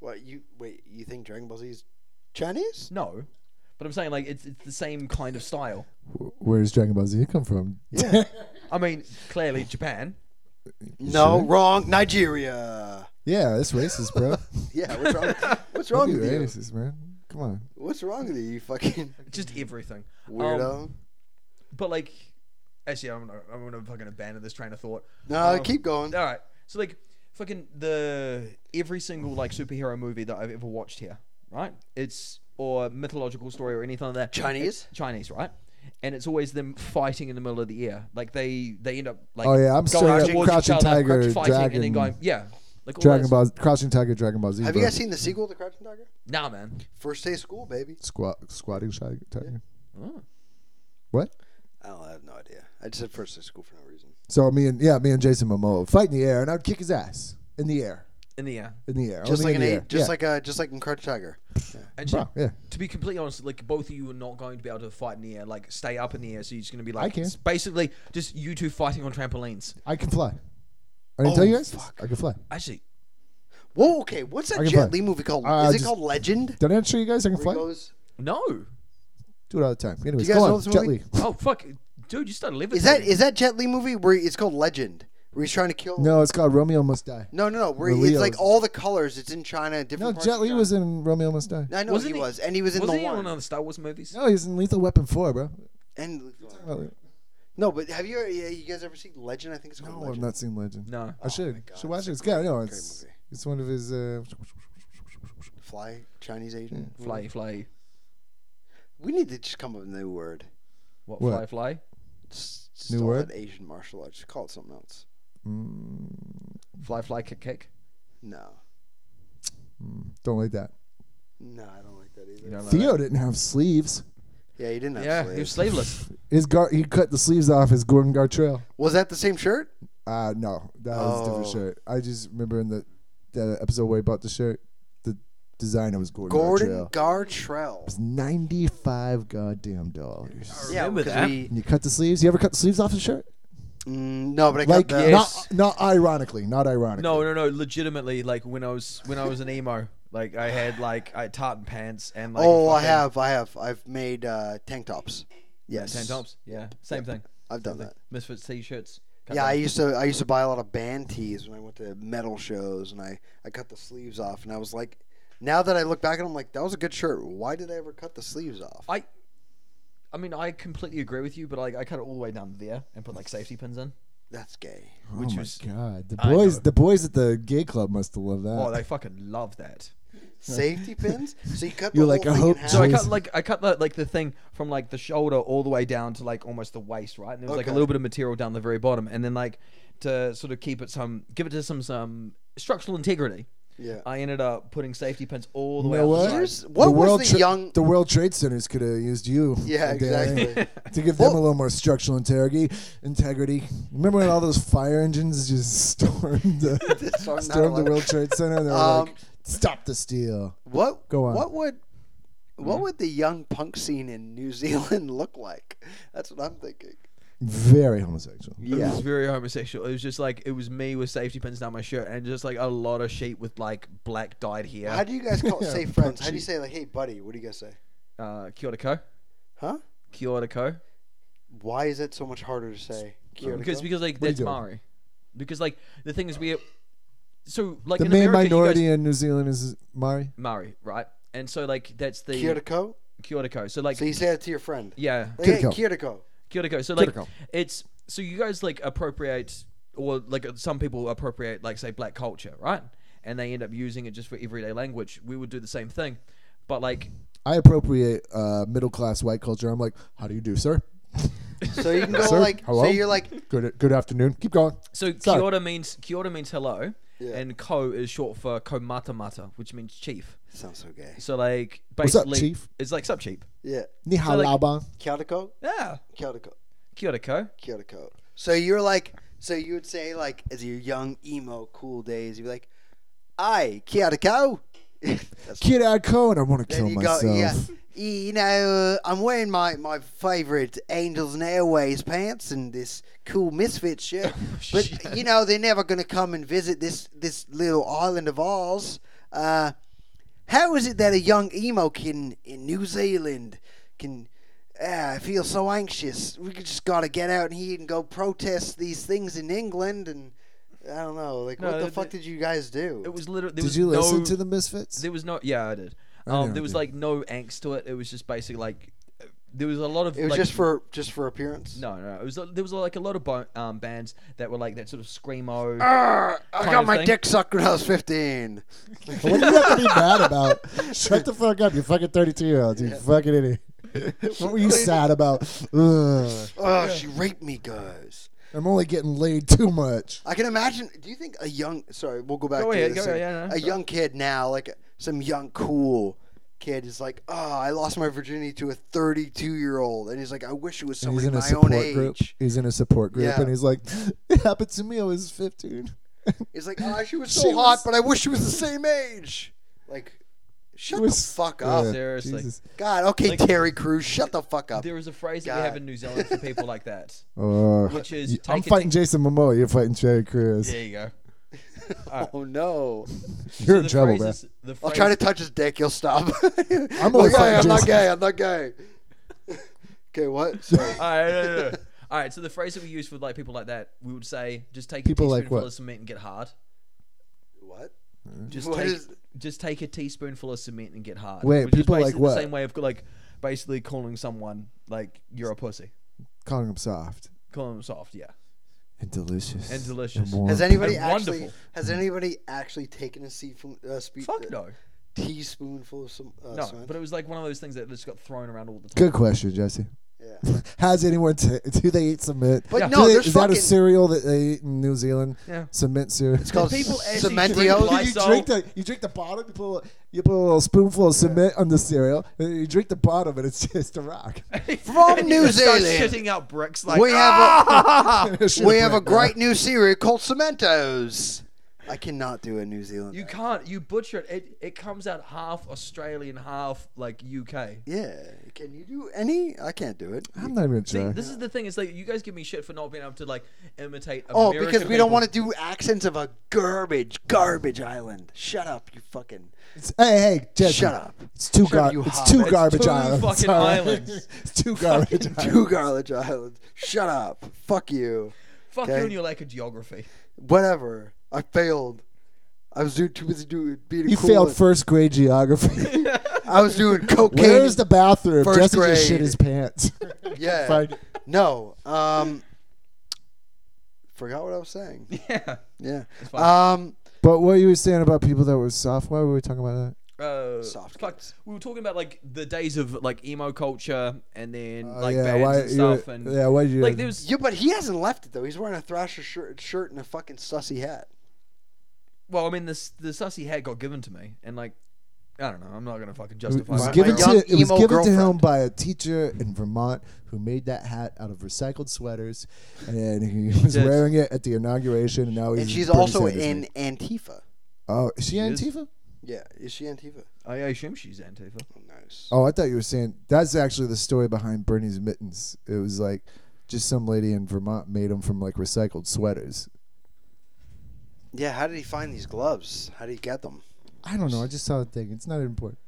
What you wait? You think Dragon Ball Z is Chinese? No, but I'm saying like it's it's the same kind of style. Wh- Where's Dragon Ball Z come from? Yeah. I mean, clearly Japan. No, wrong. Nigeria. yeah, that's racist, bro. Yeah, what's wrong? what's wrong You're with you? racist, man. Come on. What's wrong with you? You fucking Just everything. Um, weirdo. but like, actually, I'm gonna, I'm gonna fucking abandon this train of thought. no, Um, keep going. All right. So like, fucking the every single like superhero movie that I've ever watched here, right? It's or mythological story or anything like that. Chinese? It's Chinese, right? And it's always them fighting in the middle of the air. Like they they end up like Oh, yeah, I'm going straight up towards each Crouching other, Tiger, crouch fighting, and then Dragon- going yeah. Like all Dragon that- Ball, Crouching Tiger, Dragon Ball Z. Have bro. you guys seen the sequel to Crouching Tiger? Nah, man. First day of school, baby. Squat, squatting Tiger? Tiger? Oh. What? I don't. I have no idea. I just said first day of school for no reason. So me and yeah, me and Jason Momoa would fight in the air, and I would kick his ass in the air. in the air. in the air. Just only like in an the air. eight, just Yeah. like a, just like in Crouch Tiger. And Bro, yeah. to be completely honest, like both of you are not going to be able to fight in the air. Like stay up in the air, so you're just going to be like, I can. it's basically just you two fighting on trampolines. I can fly. I didn't Oh, tell you guys. fuck. I can fly. Actually, Whoa, okay, what's that can Jet find- Li movie called? Uh, Is it just- called Legend? Did I show you guys I can Where fly? he goes- no. Do it all the time. Anyways, guys go know on. this Jet movie? Li. Oh fuck, dude, you started living. Is that is that Jet Li movie where he- it's called Legend? Where he's trying to kill? No, it's called Romeo Must Die. no, no, no. Where The he- it's Leos. like all the colors. It's in China. No, Different. parts Jet of Li China. was in Romeo Must Die. I know Wasn't he, he- was, and he was in was the he one. on the Star Wars movies? No, he's in Lethal Weapon 4, bro. and No, no, but have you yeah, you guys ever seen Legend? I think it's called I've Legend. Oh not seen Legend. No. I should. God, should watch it's it. It's good. I know. great It's, movie. it's one of his. Uh, Fly Chinese Asian. Hmm, Fly, fly. We need to just come up with a new word. What, What? Fly, fly. Just, just New call word? it Asian martial arts. Just call it something else. Fly, fly, kick, kick. No, don't like that. no, I don't like that either. You don't like Theo didn't have sleeves. Yeah, he didn't that? have Yeah, sleeves. he was sleeveless. His gar- he cut the sleeves off his Gordon Gartrell. Was that the same shirt? Uh, no, that was a different Oh. shirt. I just remember in the, the episode where he bought the shirt, the designer was Gordon, Gordon Gartrell. Gartrell. It's ninety-five goddamn dollars. Yeah, Remember because that. we. And you cut the sleeves. You ever cut the sleeves off a shirt? Mm, no, but I got Like the. Yes. not not ironically, not ironically. no, no, no. Legitimately, like when I was when I was an emo, like I had like I had tartan pants and like. a oh, I fucking- have, I have, I've made uh, tank tops. Yes, Tank tops. Yeah, same thing. I've done that. Misfits t-shirts. cut Yeah, I down. used to I used to buy a lot of band tees when I went to metal shows, and I I cut the sleeves off, and I was like, now that I look back at, them, I'm like, that was a good shirt. Why did I ever cut the sleeves off? I. I mean, I completely agree with you, but like I cut it all the way down there and put like safety pins in, That's gay. Oh which my was god, the I boys know. the boys at the gay club must have loved that. oh, they fucking love that. Safety pins. So you cut the You're whole like, I thing hope in half. So I cut Jason. like I cut the like the thing from like the shoulder all the way down to like almost the waist, right? And there was like a Okay. little bit of material down the very bottom, and then like to sort of keep it some, give it to some some structural integrity. Yeah. I ended up putting safety pins all the You way know up. the what? side. Here's- what was the Tra- young- The World Trade Centers could have used you. Yeah, one day exactly. to give them Well- a little more structural interrog- integrity. Remember when all those fire engines just stormed the, So I'm not stormed the allowed- World Trade Center? and They were Um, like, "Stop the steal." What? Go on. Mm-hmm. What would? What would the young punk scene in New Zealand look like? That's what I'm thinking. Very homosexual. It was very homosexual. It was just like it was me with safety pins down my shirt and just like a lot of sheep with like black dyed hair. How do you guys call Yeah, say friends? punchy. How do you say like, hey buddy? What do you guys say? uh, kia ora ko. Huh? Kia ora ko. Why is that so much harder to say? Kia ora Because ko? because like What are you that's doing? Maori. Because like the thing is we. So like The in main America, you guys- minority in New Zealand is Maori. Maori, right? And so like that's the Kia ora ko? Kia ora ko. So like So you say that to your friend. yeah, Like, hey, Kia ora ko. kia ora ko. Kia ora ko. So Kia like ora ko. it's so you guys like appropriate or like some people appropriate like say black culture, right? And they end up using it just for everyday language. We would do the same thing, but like I appropriate uh, middle class white culture. I'm like, "How do you do, sir?" So you can go Sir? like. Hello? So you're like. Good. Good afternoon. Keep going. so Sorry. kia ora means kia ora means hello, Yeah. and ko is short for ko mata mata, which means chief. Sounds so gay. So like up, basically chief? it's like sub chief. Yeah. Ni hao like- lao bang. Kia ora ko? Yeah, Kia ora ko? kia ora ko. Kia ora ko. So you're like. So you would say like as your young emo cool days, you'd be like, "I kia ora ko." That's Kid Adco, and I want to Then kill you myself. go, yeah, you know, uh, I'm wearing my, my favorite Angels and Airways pants and this cool Misfits shirt, but you know they're never going to come and visit this this little island of ours. Uh, how is it that a young emo can in New Zealand can uh, feel so anxious? We could just got to get out here and go protest these things in England and. I don't know. Like, No, what the th- fuck did you guys do? It was literally. Did you listen no, to the Misfits? There was no, yeah, I did. I Um, know there I was did. like no angst to it. It was just basically like uh, there was a lot of. It was like, just for just for appearance. No, no, no. it was there was like a lot of bo- um, bands that were like that sort of screamo. "Arr, I Kind got of my thing. dick sucked when I was 15. what do you have to be mad about? Shut the fuck up, you fucking 32 year old, you fucking idiot. What were you sad about? Ugh, Oh, she raped me, guys. I'm only getting laid too much. I can imagine. Do you think a young? Sorry, we'll go back Go to ahead, this. go thing. ahead, yeah, no, a go. young kid now, like some young cool kid, is like, oh, I lost my virginity to a 32 year old, and he's like, I wish it was And he's somebody in a my own support age. group. He's in a support group, Yeah. and he's like, "It happened to me. I was 15." It's like, ah, she was so She hot, was- but I wish she was the same age. Like, shut the was- fuck up. Yeah, Seriously. Jesus. God, okay, Like- Terry Crews, shut the fuck up. There is a phrase that we have God. in New Zealand for people like that, Oh. which is You- take I'm a fighting dick- Jason Momoa. You're fighting Terry Crews. There you go. Oh no! You're in the trouble, phrase man. is- the I'll phrase- try to touch his dick. You'll stop. I'm, only gay. I'm fucking not Jason. gay. I'm not gay. Okay, what? Sorry. All right, no, no, no. All right. So the phrase that we use for like people like that, we would say, just take a People like teaspoonful what? of cement and get hard. what? Just What take, is- just take a teaspoonful of cement and get hard. Wait, which is people like basically what? The same way of like basically calling someone like you're a pussy, Calling him soft calling them soft. Yeah. and delicious. And delicious. warm. Has anybody And actually wonderful. has anybody actually taken a seat from uh, spe- Fuck uh, no. teaspoonful of some uh, No, cement? but it was like one of those things that just got thrown around all the time. Good question, Jesse. yeah. Has anyone? T- do they eat cement? But Yeah. Do no, they- there's is fucking that a cereal that they eat in New Zealand? Yeah. Cement cereal. It's called people actually Cementio. drink Did you Lysol. drink the you drink the bottom. You put a, you put a little spoonful of cement on the cereal. And you drink the bottom, and it's just a rock. from And New just start Zealand. shitting out bricks like "Ah, we have a, Should've ah! we have a put it great new cereal called Cementos. I cannot do a New Zealand. You accent. can't. You butcher it. It it comes out half Australian, half like UK. yeah, can you do any? I can't do it. there. I'm not even See, sure. this is the thing. It's like you guys give me shit for not being able to like imitate. Oh, American because we don't people. want to do accents of a garbage, garbage island. Shut up, you fucking. It's- hey, hey, Jesse. Shut up. It's two Shut up, gar- you It's hobbit. two It's garbage two islands. fucking all right? islands. it's two garbage islands. Two garbage islands. Shut up. Fuck you. Fuck Okay. you and your lack of geography. Whatever. I failed. I was doing too busy doing being You cool. failed and- first grade geography. I was doing cocaine. Where's the bathroom? First Jesse just grade. shit his pants. yeah? Fine. No. Um. Forgot what I was saying. Yeah. Yeah. fine. Um. But what you were saying about people that were soft? Why were we talking about Uh, Soft fuck. kids. We were talking about like the days of like emo culture and then Oh, that? like Uh, yeah, bands why and stuff you, and yeah, why you like there was Yeah, but he hasn't left it though. He's wearing a Thrasher shirt, shirt and a fucking sussy hat. well, I mean this the sussy hat got given to me and like I don't know. I'm not gonna fucking justify. it was my- given, young to, it was emo given to him girlfriend. by a teacher in Vermont who made that hat out of recycled sweaters, and he was did. wearing it at the inauguration. And now he's And she's Bernie also Sanders. in Antifa. Oh, is she, is. Antifa? Yeah, is she Antifa? I assume she's Antifa. Oh, nice. Oh, I thought you were saying that's actually the story behind Bernie's mittens. It was like just some lady in Vermont made them from like recycled sweaters. Yeah, how did he find these gloves? How did he get them? I don't know. I just saw the thing. It's not important.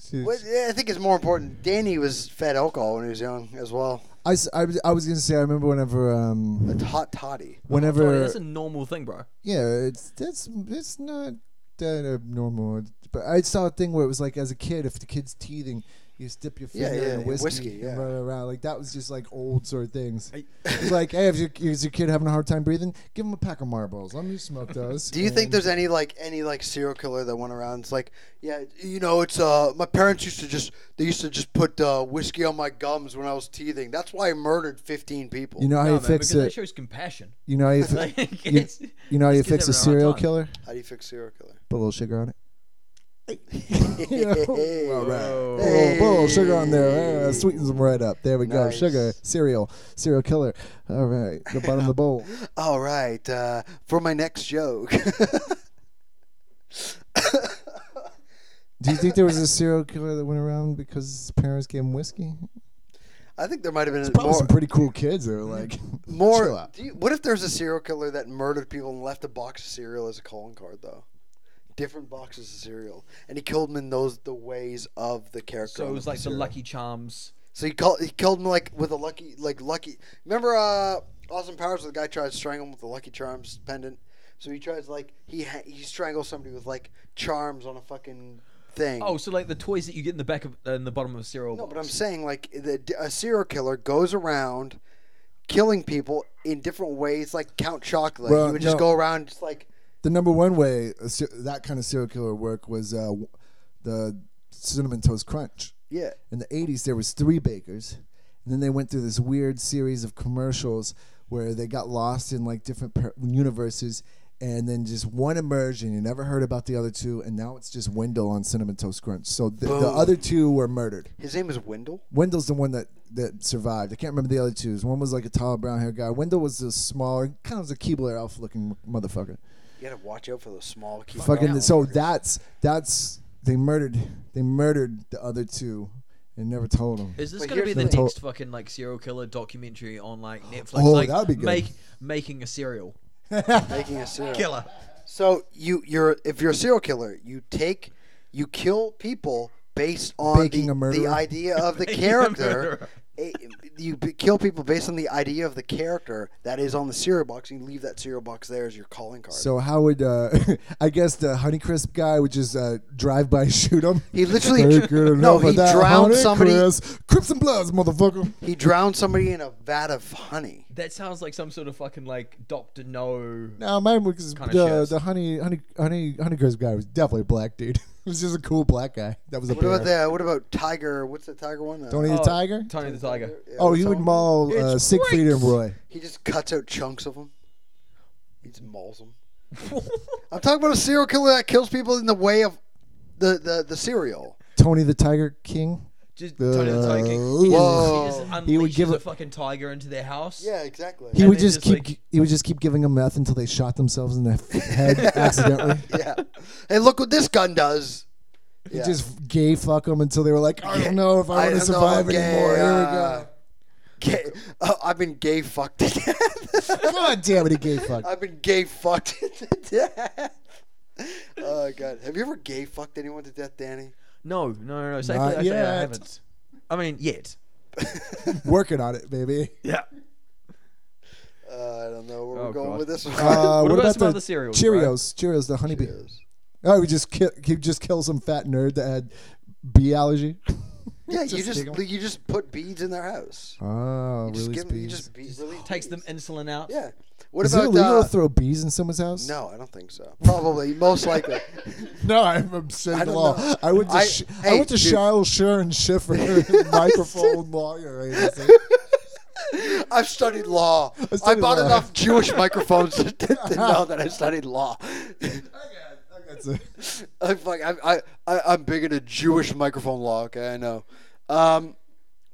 She- Well, yeah, I think it's more important. Danny was fed alcohol when he was young as well. I, s- I was- I was gonna say I remember whenever um A hot toddy. whenever Sorry, that's a normal thing, bro. yeah it's that's it's not that abnormal. But I saw a thing where it was like as a kid, if the kid's teething, you just dip your Yeah, finger yeah, in yeah, whiskey, whiskey, yeah. and run it around. Like that was just like old sort of things. It's like hey, if your, is your kid having a hard time breathing, give him a pack of marbles. Let me smoke those. Do you think and- there's any like any like serial killer that went around? It's like, yeah, you know, it's uh, my parents used to just they used to just put uh, whiskey on my gums when I was teething. That's why I murdered 15 people. you know how No, you man, fix because that it? shows compassion. You know how you, Like, fi- you, it's- you know how you these kids fix a having a hard serial time. killer? how do you fix serial killer? Put a little sugar on it. Hey. All right. Oh, Whoa. Put a little- put a little sugar on there. Uh, sweetens them right up. There we go. Nice. Sugar, cereal, cereal killer. All right. The bottom of the bowl. All right, uh, for my next joke. Do you think there was a serial killer that went around because his parents gave him whiskey? I think there might have been Probably more. some pretty cool kids that were like, chill more out. do you, what if there's a serial killer that murdered people and left a box of cereal as a calling card though? Different boxes of cereal, and he killed them in those the ways of the character. So on it was like the cereal. Lucky Charms. So he called he killed him like with a lucky like lucky. Remember uh Austin Powers? where The guy tried to strangle him with the Lucky Charms pendant. So he tries like he ha- he strangles somebody with like charms on a fucking thing. Oh, so like the toys that you get in the back of in the bottom of a cereal no, box. but I'm saying like the, a serial killer goes around killing people in different ways. Like Count Chocolate, Well, he would just no. go around just like The number one way a ser- that kind of serial killer work was uh, w- the Cinnamon Toast Crunch. yeah. in the 80s there was three bakers and then they went through this weird series of commercials where they got lost in like different per- universes and then just one emerged and you never heard about the other two and now it's just wendell on cinnamon toast crunch so th- the Boom. other two were murdered His name is Wendell. wendell's the one that that survived i can't remember the other two one was like a tall brown haired guy wendell was a smaller kind of was a keebler elf looking motherfucker You gotta watch out for those small kids. fucking so that's that's they murdered they murdered the other two and never told them. Is this But going to be here's the the thing. next fucking like serial killer documentary on like Netflix? Oh, like, that'd be good. Make, making a serial making a serial killer. So you you're if you're a serial killer, you take you kill people based on Baking the, a murderer. the idea of the Baking a character. murderer. Eh, You b- kill people based on the idea of the character that is on the cereal box, and you leave that cereal box there as your calling card. So how would uh, I guess the Honeycrisp guy would just uh, drive by shoot him? He literally- no, he drowned drowned somebody- Crips and Bloods, motherfucker. he drowned somebody in a vat of honey. That sounds like some sort of fucking like Doctor No. No, mine was Kinda the, shit. the honey honey honey Honeycrisp guy was definitely a black dude. he was just a cool black guy. That was a What bear. about the what about tiger? What's the tiger one? Uh, Tony the Oh, Tiger. Tony the Tiger. Yeah, oh, what's he that would one? maul uh, It's Siegfried and great. Roy. He just cuts out chunks of them. He just mauls them. I'm talking about a serial killer that kills people in the way of the the, the cereal. Tony the Tiger King. Just Tony the Tiger. He just- Whoa. He just He would unleashes give a a- fucking tiger into their house. Yeah, exactly. He And would then just, just, keep like- he would just keep giving them meth until they shot themselves in the head accidentally. yeah. Hey, look what this gun does. He Yeah. just gay fuck them until they were like, I Yeah, don't know if I, want to don't know, survive gay, anymore. uh, Gay, uh, I've been gay fucked to death. Here we go. God damn it, he gay fuck. I've been gay fucked to death. Oh god, have you ever gay fucked anyone to death, Danny? No, no, no, no. Safely, Not I, say I yet. haven't. I mean, yet. Working on it, baby. Yeah. Uh, I don't know where Oh, we're going God. with this one. Uh, What what, about about, some other the cereals, Cheerios? Cheerios, the honeybee. Cheers. Oh, he just kill, he just kills some fat nerd that had bee allergy. yeah, you just just dig 'em. you just put beads in their house. Oh, You just really? give 'em- you bees. just be, release Takes them bees. insulin out. Yeah. What Is it about illegal uh, to throw bees in someone's house? No, I don't think so. Probably, most likely. no, I'm upset I at don't law. know. I went to I- sh- I hey, went to dude. Charles Sharon Schiffer, microphone lawyer. agency. I've studied law. I, studied bought law. enough Jewish microphones to, to know that I studied law. That's it. I fuck, I, I, I, I'm big into Jewish microphone law. Okay, I know. Um,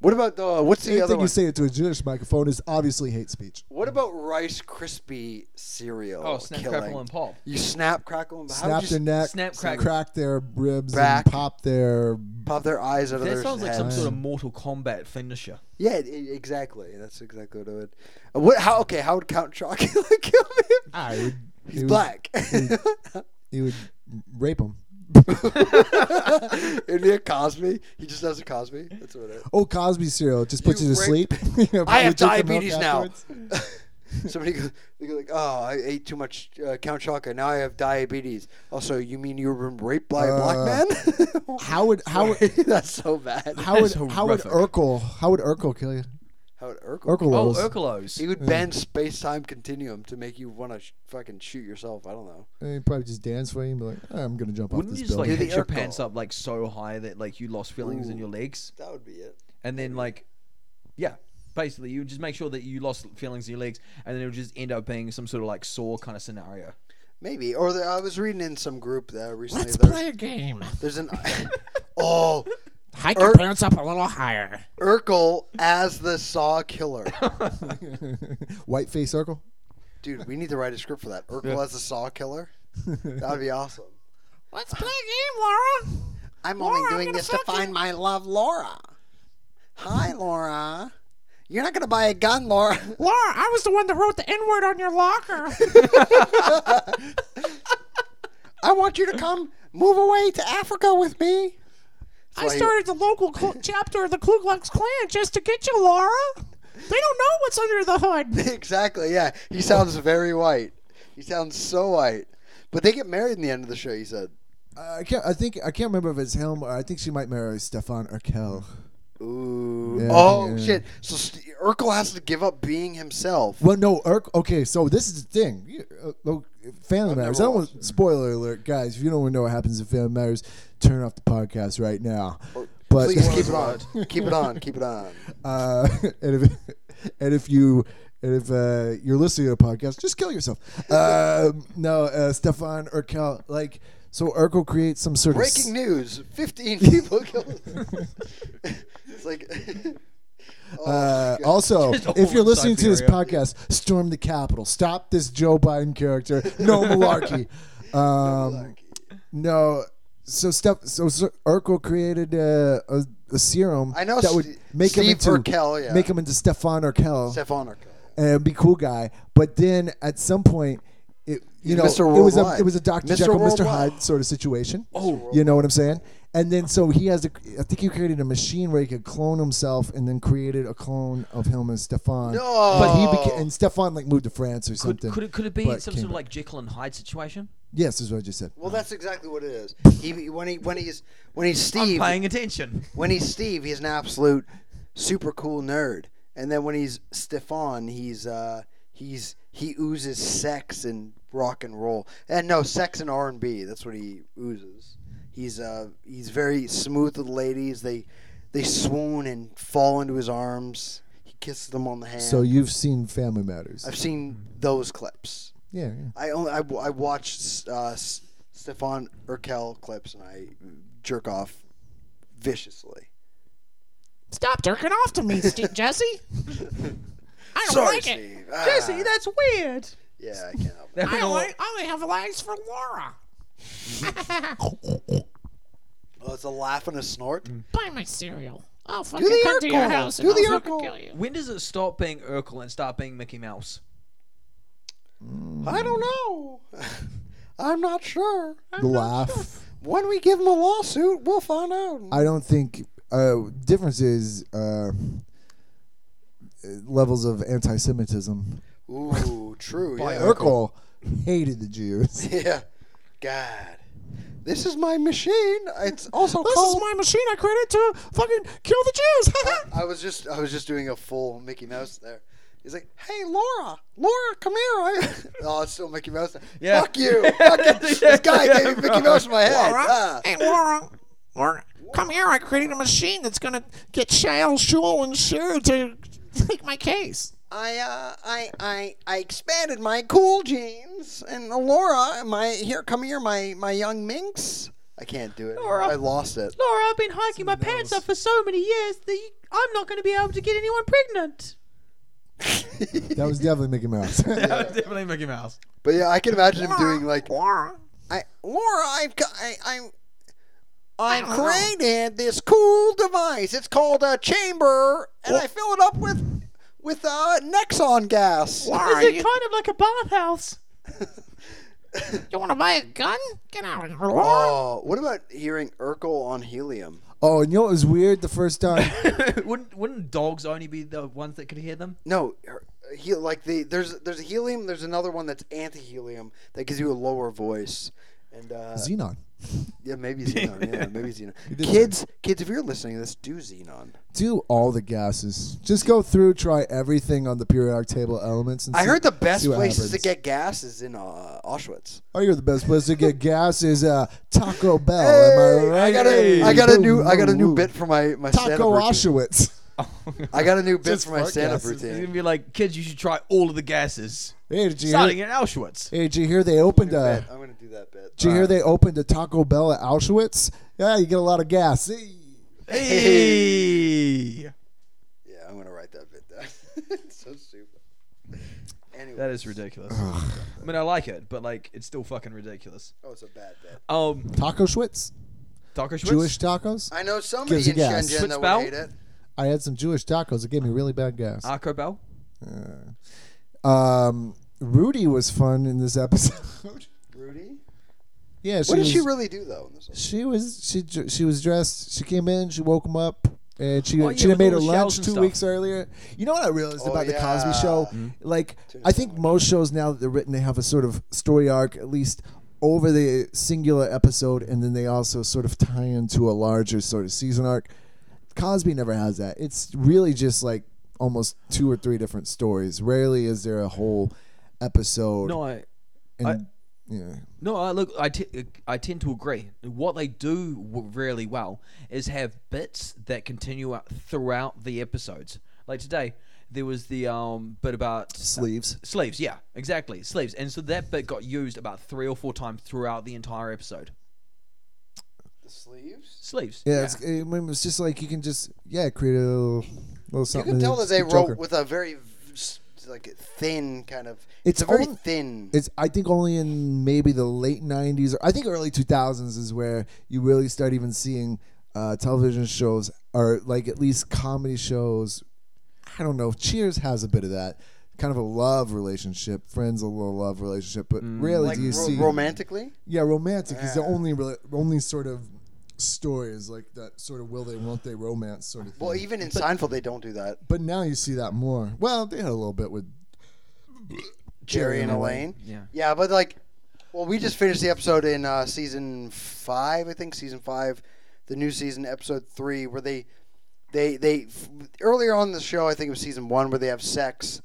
what about the what's the other Anything one? you say it to a Jewish microphone is obviously hate speech. what about Rice Krispie cereal? Oh, snap, killing? crackle, and pop. You snap, crackle, and how snap would you their s- neck, snap, crack, crack- their ribs, Back. and pop their. Pop their eyes out of That their sounds like some heads. sort of Mortal Kombat finisher. yeah, e- exactly. That's exactly what I would. Uh, What? How? Okay, how would Count Chocula kill him? I Ah, would. He's black. He would rape them. Isn't he a Cosby? He just has a Cosby. That's what it is. Oh, Cosby cereal just puts you, You to raped- sleep. You know, I you have drink the milk diabetes now. afterwards. Somebody goes, they go like, oh, I ate too much uh, Count Chocula. Now I have diabetes. Also, you mean you were raped by a black Uh, man? How would how would That's so bad. How, how would That's how would horrific. Urkel how would Urkel kill you? would Urkel? Urkel Oh, rolls. He Urkelos. Hmm. would bend space-time continuum to make you want to sh- fucking shoot yourself. I don't know. And He'd probably just dance for you and be like, I'm gonna jump Wouldn't off you this just like building. Do the hit your Urkel. pants up like so high that like you lost feelings in Ooh. your legs, That would be it. and then like, yeah, basically you just make sure that you lost feelings in your legs, and then it would just end up being some sort of like sore kind of scenario. Maybe. Or the, I was reading in some group that recently. Let's there's, play a game. there's an. oh, Hike your Er- pants up a little higher. Urkel as the Saw Killer. White face Urkel. Dude, we need to write a script for that. Urkel as the Saw Killer. That would be awesome. Let's play a game, Laura. I'm Laura, only I'm doing gonna this to fuck you. find my love, Laura. Hi, Laura. You're not gonna buy a gun, Laura. Laura, I was the one that wrote the N word on your locker. I want you to come move away to Africa with me. I Why- started the local cl- chapter of the Ku Klux Klan just to get you, Laura. They don't know what's under the hood. exactly. Yeah, he sounds very white. He sounds so white. But they get married in the end of the show. He said. Uh, I can't. I think I can't remember if it's him or I think she might marry Stefan Urkel. Ooh. Yeah, oh yeah. shit. So St- Urkel has to give up being himself. Well, no, Urk. Okay, so this is the thing. You- uh, uh, Family Matters. I never don't want, spoiler alert, guys. If you don't want to know what happens in Family Matters, turn off the podcast right now. But Please keep it on. keep it on. Keep it on. Uh, and if and if you and if uh, you're listening to a podcast, just kill yourself. Um, no, uh, Stefan Urkel. Like, so Urkel creates some sort of Breaking news: Fifteen people killed. it's like. oh, Uh, my God. Also, Just all if you're inside listening to this Furio. podcast, storm the Capitol. Stop this Joe Biden character. No malarkey. Um, no. So stuff. So, so Urkel created uh, a, a serum I know that would Ste- make him Steve into Urkel, yeah. make him into Stefan Urkel Stefan Urkel. and be cool guy. But then at some point, it you know Mr. it was a Worldwide. it was a Doctor Mr. Jekyll, Mister Worldwide. Hyde sort of situation. Oh, you know what I'm saying? And then so he has a I think he created a machine where he could clone himself, and then created a clone of him as Stefan. No. but he became and Stefan like moved to France or Could, something. could, it, could it be but some came sort of back. like Jekyll and Hyde situation? Yes, is what I just said. Well, that's exactly what it is. He when he when he's when he's Steve Paying attention. when he's Steve, he's an absolute super cool nerd. And then when he's Stefan, he's uh, he's he oozes sex and rock and roll. And no, sex and R and B. That's what he oozes. He's uh, he's very smooth with ladies. They they swoon and fall into his arms. He kisses them on the hand. So you've seen Family Matters? I've seen those clips. yeah, yeah. I only I, I watch uh, S- Stefan Urkel clips and I jerk off viciously. Stop jerking off to me, Ste Jesse. I don't Sorry, like Steve. it. Ah, that's weird. yeah, I can't help it. That I went all- only, I only have legs for Laura. Oh, it's a laugh and a snort. Buy my cereal. I'll fucking the come to your Urkel. house Do and the I'll fucking Urkel. kill you. when does it stop being Urkel and start being Mickey Mouse? I don't know. I'm not sure. The laugh. When we give him a lawsuit, we'll find out. I don't think uh, difference is uh, levels of anti-Semitism. Ooh, true. Oh, Yeah. Urkel hated the Jews. yeah. God. This is my machine. It's also This called. is my machine I created to fucking kill the Jews. I was just I was just doing a full Mickey Mouse there. He's like, "Hey, Laura, Laura, come here." I... oh, it's still Mickey Mouse. Yeah. Fuck you. Fuck you. This guy gave me Mickey Mouse in my head. Laura, Uh. Ah. hey Laura, Laura, come here. I created a machine that's gonna get Shale, Shul, and Sure to take my case. I uh, I I I expanded my cool jeans and Laura, my here, come here, my my young minx. I can't do it. I lost it. Laura, I've been hiking my pants up for so many years that you, I'm not going to be able to get anyone pregnant. That was definitely Mickey Mouse. definitely Mickey Mouse. But yeah, I can imagine him doing like, Laura, I Laura, I've got, I I. I don't know. created this cool device. It's called a chamber, and I fill it up with with uh, Nexon gas. Laura, you, kind of like a bathhouse? you want to buy a gun? Get out of here, Laura. Oh, what about hearing Urkel on helium? oh, and you know what was weird the first time? wouldn't wouldn't dogs only be the ones that could hear them? No, her- he, like the there's there's a helium. There's another one that's anti-helium that gives you a lower voice. And uh, Xenon. yeah, maybe xenon. Yeah, maybe xenon. Kids, kids, if you're listening to this, do xenon. Do all the gases. Just go through, try everything on the periodic table elements. And I see- heard the best see what places to happens. get gas is in uh, Auschwitz. I hear the best place to get gas is uh, Taco Bell. Hey, Oh, am I right? I got a, I got a new I got a new bit for my my Taco stand-up routine. Auschwitz. I got a new bit Just for my fart stand-up gases. It's routine. going to be like, kids, you should try all of the gases. Hey, did you hear, Starting in Auschwitz. hey, did you hear they opened a? Bet. I'm gonna do that bit. Did you hear they opened a Taco Bell at Auschwitz? Yeah, you get a lot of gas. Hey. Hey! Yeah, I'm gonna write that bit down. it's so stupid. Anyway, That is ridiculous. I mean, I like it, but like, it's still fucking ridiculous. oh, it's a bad bit. Um, Taco Schwitz? Taco Schwitz? Jewish tacos? I know somebody Gives a in gas. Shenzhen that Schwitzbau? would hate it. I had some Jewish tacos. It gave me really bad gas. Uh, Arco Bell? Um, Rudy was fun in this episode. Rudy. yeah, she What did was, she really do though? In this She was she dr- she was dressed. She came in. She woke him up, and she Oh, yeah, she had with made her all the shells lunch two and stuff. Mm-hmm. weeks earlier. You know what I realized Oh, about the Cosby yeah. Show? Like I think most shows now that they're written, they have a sort of story arc at least over the singular episode, and then they also sort of tie into a larger sort of season arc. Cosby never has that. It's really just like almost two or three different stories. Rarely is there a whole episode. No, I. and, I- yeah. No, I look, I, t- I tend to agree. What they do w- really well is have bits that continue out throughout the episodes. Like today, there was the um bit about Sleeves. sleeves. Yeah, exactly, sleeves. And so that bit got used about three or four times throughout the entire episode. The sleeves. Sleeves. Yeah, It's, I mean, it's just like you can just yeah create a little little You something. can in tell the that they Joker. wrote with a very v- s- like thin kind of. It's, It's a very only- thin. It's I think only in maybe the late '90s or I think early 2000s is where you really start even seeing uh, television shows or like at least comedy shows. I don't know. Cheers has a bit of that kind of a love relationship. Friends a little love relationship, but rarely like do you ro- see romantically. Yeah, romantic is the Yeah. only rela- only sort of story is like that sort of will they won't they romance sort of thing. Well, even in Seinfeld, they don't do that. but now you see that more. Well, they had a little bit with Jerry and Elaine. Yeah. Yeah, but like, well, we just finished the episode in uh, season five, I think, season five, the new season, episode three, where they, they, they, f- earlier on in the show, I think it was season one, where they have sex,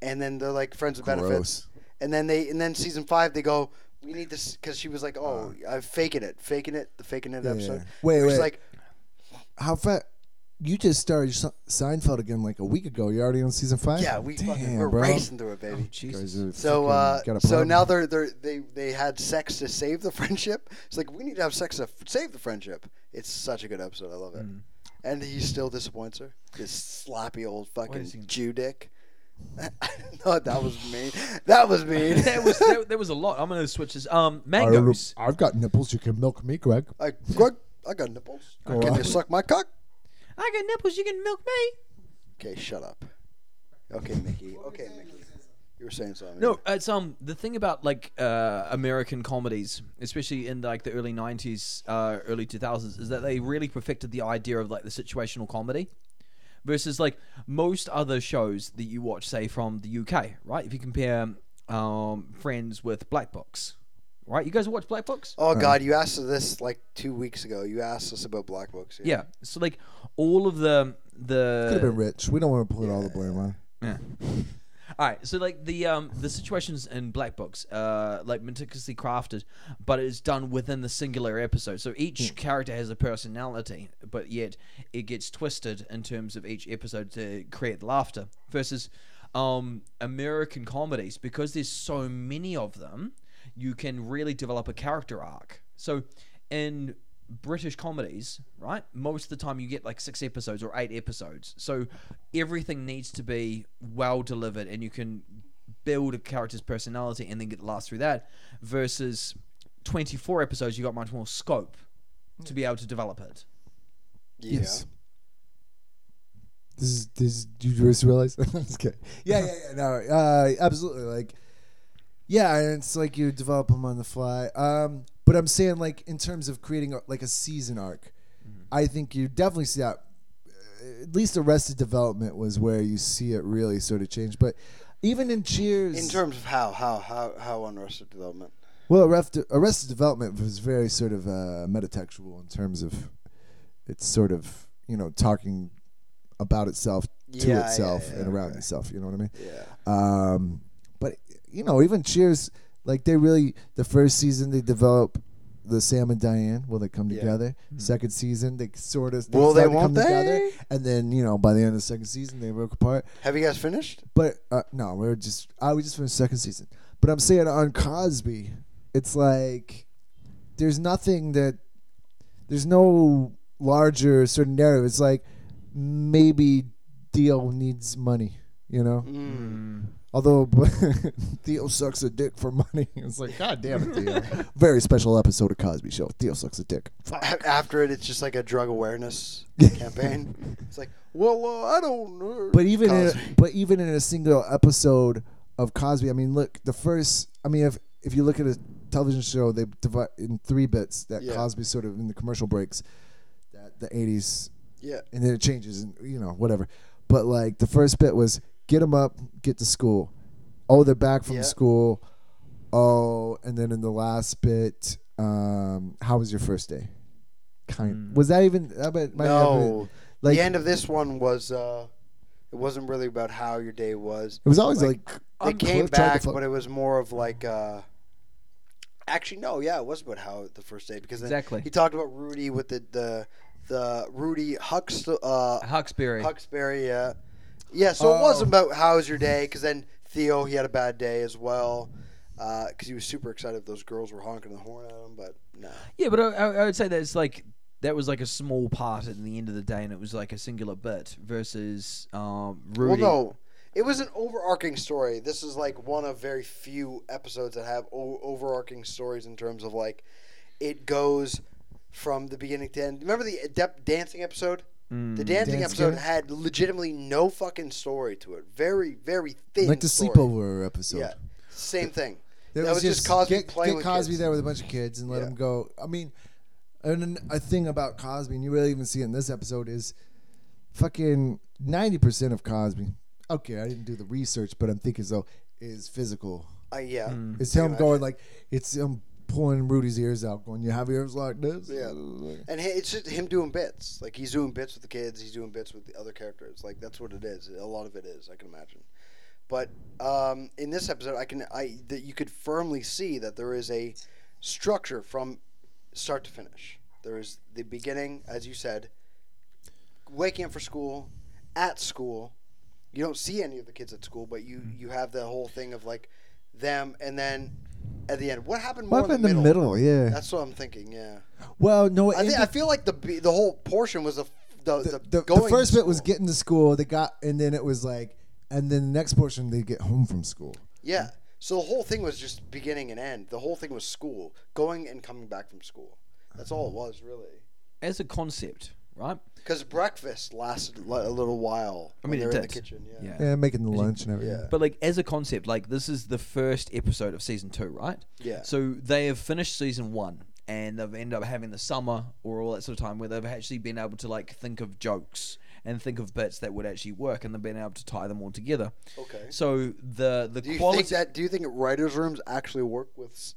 and then they're like friends with benefits, and then they, and then season five, they go. We need this because she was like, "Oh, I'm faking it, faking it, the faking it Yeah, episode." yeah. Wait, It was wait. like, how fat you just started Se- Seinfeld again like a week ago. You're already on season five. yeah, we fucking, Damn, we're bro. racing through it, baby. Guys Jesus. are So fucking uh, got a so problem. now they're, they're they they had sex to save the friendship. It's like we need to have sex to f- save the friendship. It's such a good episode. I love it. Mm. And he still disappoints her. This sloppy old is he- fucking Jew dick. I thought that was mean. That was mean. That was that, that was a lot. I'm gonna switch this. Um, I re- mangoes. I've got nipples. You can milk me, Greg. I, Greg, I got nipples. Can you on. suck my cock? I got nipples. You can milk me. Okay, shut up. Okay, Mickey. Okay, Mickey. You were saying something. No, it's um the thing about like uh, American comedies, especially in like the early '90s, uh, early 2000s, is that they really perfected the idea of like the situational comedy. versus like most other shows that you watch, say from the UK, right? If you compare um, Friends with Black Box, right? You guys watch Black Box? Oh God, you asked us this like two weeks ago. You asked us about black books. Yeah. So like all of the the Could Uh, have been rich. We don't want to put all the blame on. All right, so like the um the situations in Black Books, uh, like meticulously crafted, but it's done within the singular episode. So each character has a personality, but yet it gets twisted in terms of each episode to create laughter. Versus, um, American comedies because there's so many of them, you can really develop a character arc. So, in British comedies, right? Most of the time you get like six episodes or eight episodes. So everything needs to be well delivered and you can build a character's personality and then get the last through that versus 24 episodes you got much more scope to be able to develop it. Yeah. Yes. This is this. Is, did you just realize? I'm just kidding. Yeah, yeah, yeah. No, uh, absolutely. Like, yeah, and it's like you develop them on the fly. Um, but I'm saying, like, in terms of creating a, like a season arc, I think you definitely see that. uh, At least Arrested Development was where you see it really sort of change. But even in Cheers, In terms of how, how, how, how on Arrested Development? Well, Arrested, Arrested Development was very sort of uh, metatextual in terms of it's sort of you know talking about itself to Yeah, yeah, itself yeah, and around itself. You know what I mean? Yeah. Um, but you know, even Cheers, like they really the first season they develop the Sam and Diane will they come together. Second season they sort of Hmm. Will they, start to come won't they? together, and then you know by the end of the second season they broke apart. Have you guys finished? But uh, no, we are just I was just from the second season. But I'm saying on Cosby, it's like there's nothing that there's no larger certain narrative. It's like maybe Theo needs money, you know. Although Theo sucks a dick for money, it's like God damn it, Theo. Very special episode of Cosby Show. Theo sucks a dick. A- After it, it's just like a drug awareness campaign. It's like, well, uh, I don't know. But even in a, Cosby. but even in a single episode of Cosby, I mean, look, the first, I mean, if if you look at a television show, they divide in three bits. That Yeah. Cosby sort of in the commercial breaks, that the '80s, yeah, and then it changes, and you know, whatever. But like the first bit was get them up, get to school. Oh, they're back from Yeah. school. Oh, and then in the last bit, um, how was your first day? Kind was that even? I bet might have been- Hmm. no. like- the end of this one was. Uh, it wasn't really about how your day was. It was always like, They I'm came Cliff trying to back, fuck- but it was more of like. Uh, actually, no, yeah, it was about how the first day because then Exactly. he talked about Rudy with the the, the Rudy Huxley. Uh, Huxbury. Huxbury, yeah. Yeah, so it wasn't about how's your day, because then Theo, he had a bad day as well, uh, because he was super excited those girls were honking the horn at him, but no. yeah, but I, I I would say that it's like that was like a small part at the end of the day, and it was like a singular bit versus um, Well, Rudy. no, it was an overarching story. This is like one of very few episodes that have o- overarching stories in terms of like it goes from the beginning to end. Remember the adept dancing episode? The dancing Dance episode Dance? had legitimately no fucking story to it. Very, very thin. like the story. sleepover episode. Yeah, same thing. That that was just, Cosby get, playing get with Cosby kids. there with a bunch of kids and let Yeah. him go. I mean, and then a thing about Cosby, and you really even see it in this episode, is fucking ninety percent of Cosby. Okay, I didn't do the research, but I'm thinking so is physical. Uh, yeah, It's him going like it's him pulling Rudy's ears out, going, "You have ears like this." Yeah. and he, it's just him doing bits. Like he's doing bits with the kids. He's doing bits with the other characters. Like that's what it is. A lot of it is. I can imagine. But um, in this episode, I can I that you could firmly see that there is a structure from start to finish. There is the beginning, as you said, waking up for school, at school. You don't see any of the kids at school, but you you have the whole thing of like them, and then at the end, what happened more What in in the the middle? middle? Yeah. That's what I'm thinking. Yeah. well, no. I, it think, I ended- feel like the be- the whole portion was the the, the, the, the, going the first to bit was school. getting to school. They got, and then it was like, and then the next portion they get home from school. yeah. So the whole thing was just beginning and end. The whole thing was school, going and coming back from school. That's all it was really. As a concept, right? Because breakfast lasted li- a little while. I when mean, it they're did. in the kitchen. Yeah. Yeah, making the lunch and everything. Yeah. But like as a concept, like this is the first episode of season two, right? Yeah. So they have finished season one, and they've ended up having the summer or all that sort of time where they've actually been able to like think of jokes and think of bits that would actually work, and they've been able to tie them all together. Okay. So the the Do you quality. think that? Do you think writers' rooms actually work with? s-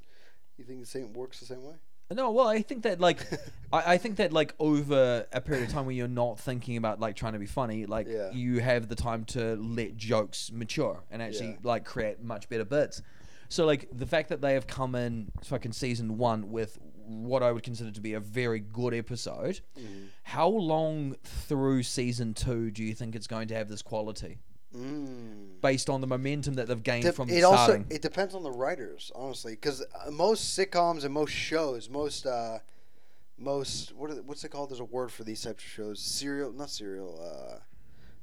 You think the same works the same way? No, well, I think that like, I, I think that like over a period of time where you're not thinking about like trying to be funny, like Yeah. you have the time to let jokes mature and actually Yeah. like create much better bits. So like the fact that they have come in fucking season one with what I would consider to be a very good episode, Mm-hmm. how long through season two do you think it's going to have this quality? Mm. Based on the momentum that they've gained Dep- from it starting, also it depends on the writers honestly because most sitcoms and most shows most uh most what are the, what's it called there's a word for these types of shows serial not serial uh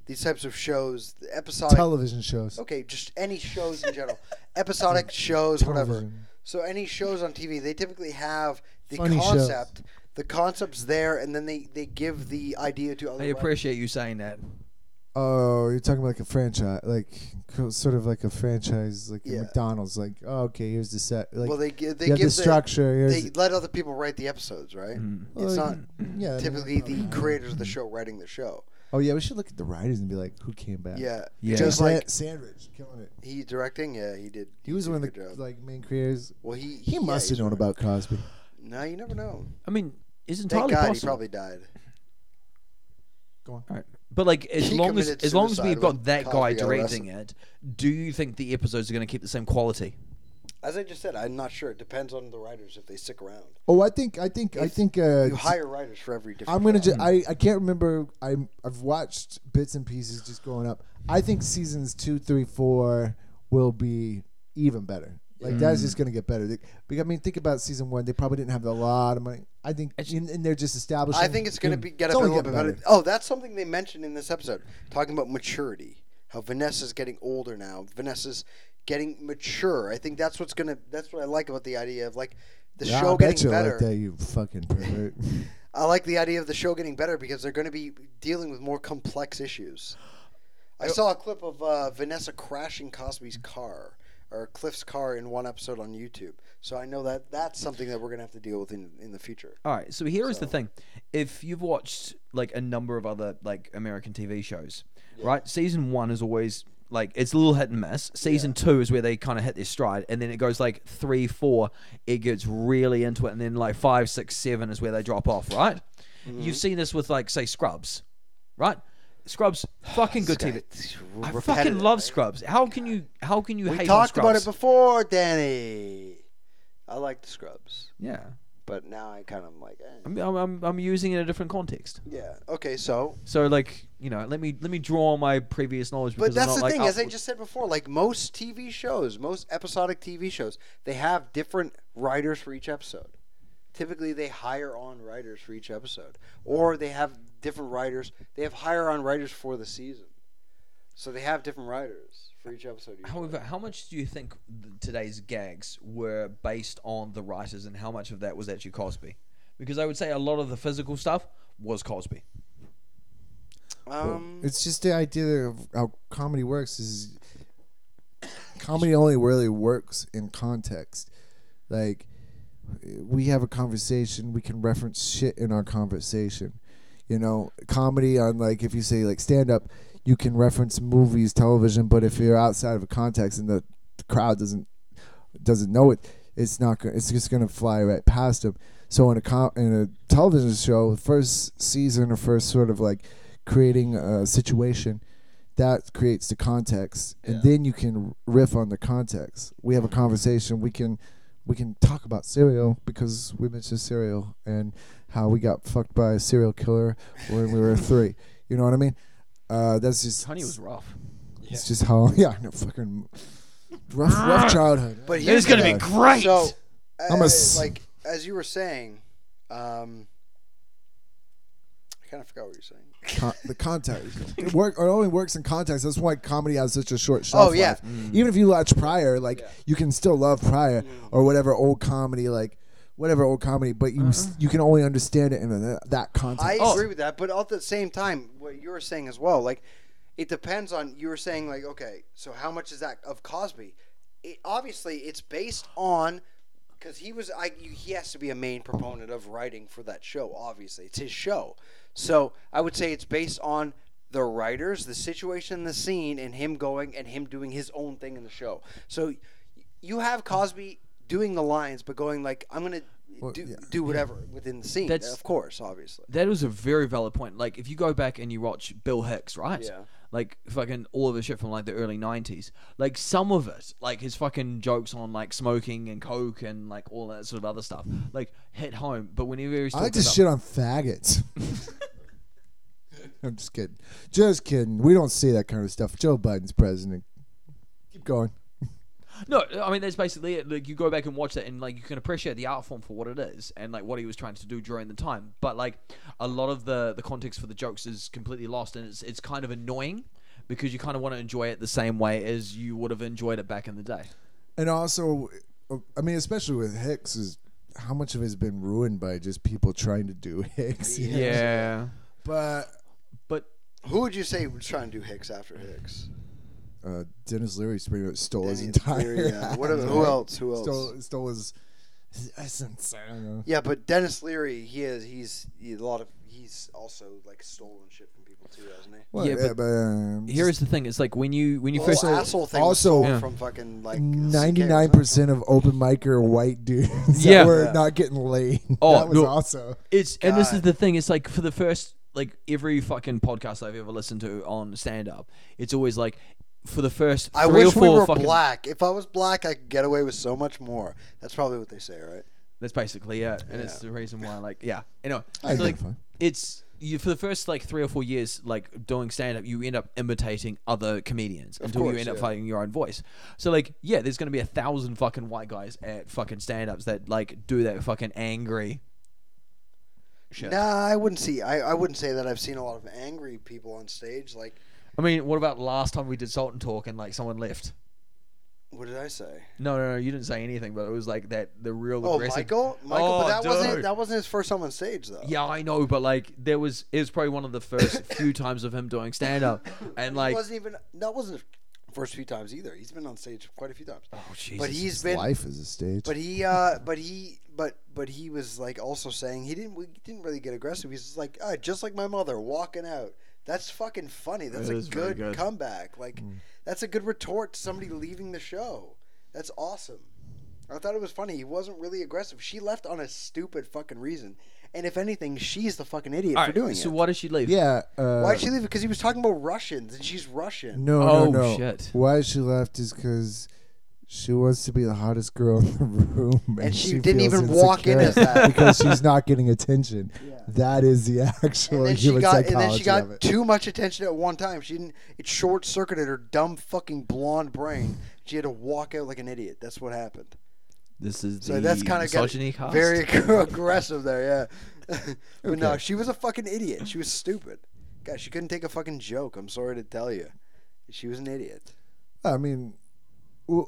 these types of shows the episodic Television shows. okay just any shows in general episodic shows whatever Television. so any shows on tv they typically have the Funny shows. concept the concept's there and then they they give the idea to other I writers. appreciate you saying that. Oh, you're talking about like a franchise, like co- sort of like a franchise, like a Yeah. McDonald's. Like, oh, okay, here's the set. Like, well they gi- they you have give the structure. Here's they let other people write the episodes right it's Well, not yeah, I mean, typically the creators of the show writing the show. oh yeah, we should look at the writers and be like, who came back? Yeah, Yeah. just like Sandwich, killing it. he directing. Yeah, he did. He was did one a of good the job. like main creators. Well, he He yeah, must have he's known one of- about Cosby. No, you never know. I mean, it's Thank entirely God he possible. probably died. All right. But like, as He long as committed as long as suicide we've got when that guy Cosby got arrested. directing it, do you think the episodes are going to keep the same quality? As I just said, I'm not sure. It depends on the writers if they stick around. Oh, I think, I think, I If think. Uh, You hire writers for every different. I'm gonna. job. Ju- I I can't remember. I I've watched bits and pieces just going up. I think seasons two, three, four will be even better. Like that's Mm. just gonna get better. They, because, I mean, think about season one. They probably didn't have a lot of money. I think, and, and they're just establishing. I think it's going to be get a only little bit getting better. Oh, that's something they mentioned in this episode, talking about maturity. How Vanessa's getting older now. Vanessa's getting mature. I think that's what's gonna. That's what I like about the idea of like the Yeah, show I bet getting you better. like that, you fucking pervert. I like the idea of the show getting better because they're going to be dealing with more complex issues. I saw a clip of uh, Vanessa crashing Cosby's car or Cliff's car in one episode on YouTube. So I know that that's something that we're going to have to deal with in, in the future. All right. So here is the thing: if you've watched like a number of other like American TV shows, right? Season one is always like it's a little hit and miss. Season two is where they kind of hit their stride, and then it goes like three, four, it gets really into it, and then like five, six, seven is where they drop off, right? Mm-hmm. You've seen this with like say Scrubs, right? Scrubs, fucking good TV. I fucking repetitive, love right? Scrubs. How can you? How can you We hate talked on Scrubs? about it before, Danny. I like the Scrubs, Yeah, but now I kind of like. Eh. I'm, I'm, I'm, I'm using it in a different context. Yeah. Okay. So So like, you know, let me let me draw on my previous knowledge. Because But that's I'm the not, thing, like, as I up- just said before, like most TV shows, most episodic TV shows, they have different writers for each episode. typically they hire on writers for each episode, or they have different writers. They have hire on writers for the season, so they have different writers for each episode. usually. However, how much do you think th- today's gags were based on the writers, and how much of that was actually Cosby? Because I would say a lot of the physical stuff was Cosby. um, It's just the idea of how comedy works is comedy only really works in context. Like we have a conversation, we can reference shit in our conversation. You know, comedy on like if you say like stand up, you can reference movies, television, but if you're outside of a context and the, the crowd doesn't doesn't know it, it's not going it's just going to fly right past them. So in a com- in a television show, the first season or first sort of like creating a situation that creates the context Yeah. and then you can riff on the context. We have a conversation, we can we can talk about cereal because we mentioned cereal and how we got fucked by a serial killer when we were 3. You know what I mean? Uh, that's just Honey was rough. it's just how yeah, no fucking rough rough childhood. but It's here's gonna the- be great. So, I'm a uh, s- like as you were saying, um, I kind of forgot what you were saying. Con- the context. It work it only works in context. That's why comedy has such a short shelf Oh, yeah. life. Even if you watch Prior, like you can still love Prior or whatever old comedy, like whatever old comedy, but you s you can only understand it in that, that context. Uh-huh. Oh, I agree with that, but at the same time, what you were saying as well, like it depends on you were saying like okay, so how much is that of Cosby? It, obviously, it's based on because he was I you, he has to be a main proponent of writing for that show. Obviously, it's his show, so I would say it's based on the writers, the situation, the scene, and him going and him doing his own thing in the show. So you have Cosby doing the lines, but going like I'm gonna. do, yeah. do whatever within the scene, That's- of course, obviously. That was a very valid point. Like if you go back and you watch Bill Hicks, right? Yeah. Like fucking all of his shit from like the early '90s. Like some of it, like his fucking jokes on like smoking and coke and like all that sort of other stuff, like hit home. But whenever he's I like to talking about- shit on faggots. I'm just kidding. Just kidding. We don't see that kind of stuff. Joe Biden's president. Keep going. No, I mean that's basically it. Like you go back and watch that, and like you can appreciate the art form for what it is, and like what he was trying to do during the time. But like a lot of the the context for the jokes is completely lost, and it's it's kind of annoying because you kind of want to enjoy it the same way as you would have enjoyed it back in the day. And also, I mean, especially with Hicks, is how much of it has been ruined by just people trying to do Hicks. you know? But but Who would you say was trying to do Hicks after Hicks? uh, Dennis Leary pretty much stole his Dennis entire. Leary, yeah. What other- who else? Who else? Stole, stole his, his essence. I don't know. Yeah, but Dennis Leary, he is he's he, a lot of he's also like stolen shit from people too, hasn't he? Well, Yeah, but um, here is the thing: it's like when you when you The first whole asshole thing also- also Yeah. from fucking like Ninety nine percent of open mic are white dudes Yeah. that were Yeah. not getting laid. Oh, that was no. also It's and this is God. the thing. It's like for the first like every fucking podcast I've ever listened to on stand up, it's always like for the first I three wish or we four were fucking black. If I was black, I could get away with so much more. That's probably what they say, right? That's basically it, and it's the reason why. Like, yeah, anyway, I so, like, identify. it's you for the first like three or four years, like doing stand up, you end up imitating other comedians until course, you end up yeah. finding your own voice. So like, yeah, there's gonna be a thousand fucking white guys at fucking stand ups that like do that fucking angry. Shit. Nah, I wouldn't see. I, I wouldn't say that. I've seen a lot of angry people on stage. Like, I mean, what about last time we did Salt and Talk and like someone left? what did I say? No, no, no, you didn't say anything, but it was like that the real Oh, aggressive. Michael, Michael. but Oh, that wasn't dude. that wasn't his first time on stage though. Yeah, I know, but like there was it was probably one of the first few times of him doing stand up, and He like wasn't even that wasn't the first few times either. He's been on stage quite a few times. oh Jesus, but he's been life is a stage. but he uh but he but but he was like also saying he didn't we didn't really get aggressive. He's just like "Ah, just like my mother walking out. That's fucking funny. That's That a is very good, good. Mm. comeback. Like that's a good retort to somebody leaving the show. That's awesome. I thought it was funny. He wasn't really aggressive. She left on a stupid fucking reason. And if anything, she's the fucking idiot All for right, doing so it. why does she leave? yeah. Uh, Why'd she leave? Because he was talking about Russians and she's Russian. No, Oh, no, no. shit. Why she left is because she wants to be the hottest girl in the room, and, she didn't feels even walk in insecure as that. because she's not getting attention. That is the actual and then she human got and psychology then she of got it. too much attention at one time. She didn't. It short circuited her dumb fucking blonde brain. She had to walk out like an idiot. That's what happened. This is So the that's kind of misogyny got cast. very aggressive there, yeah. but no, she was a fucking idiot. She was stupid. God, she couldn't take a fucking joke. I'm sorry to tell you, she was an idiot. I mean, w-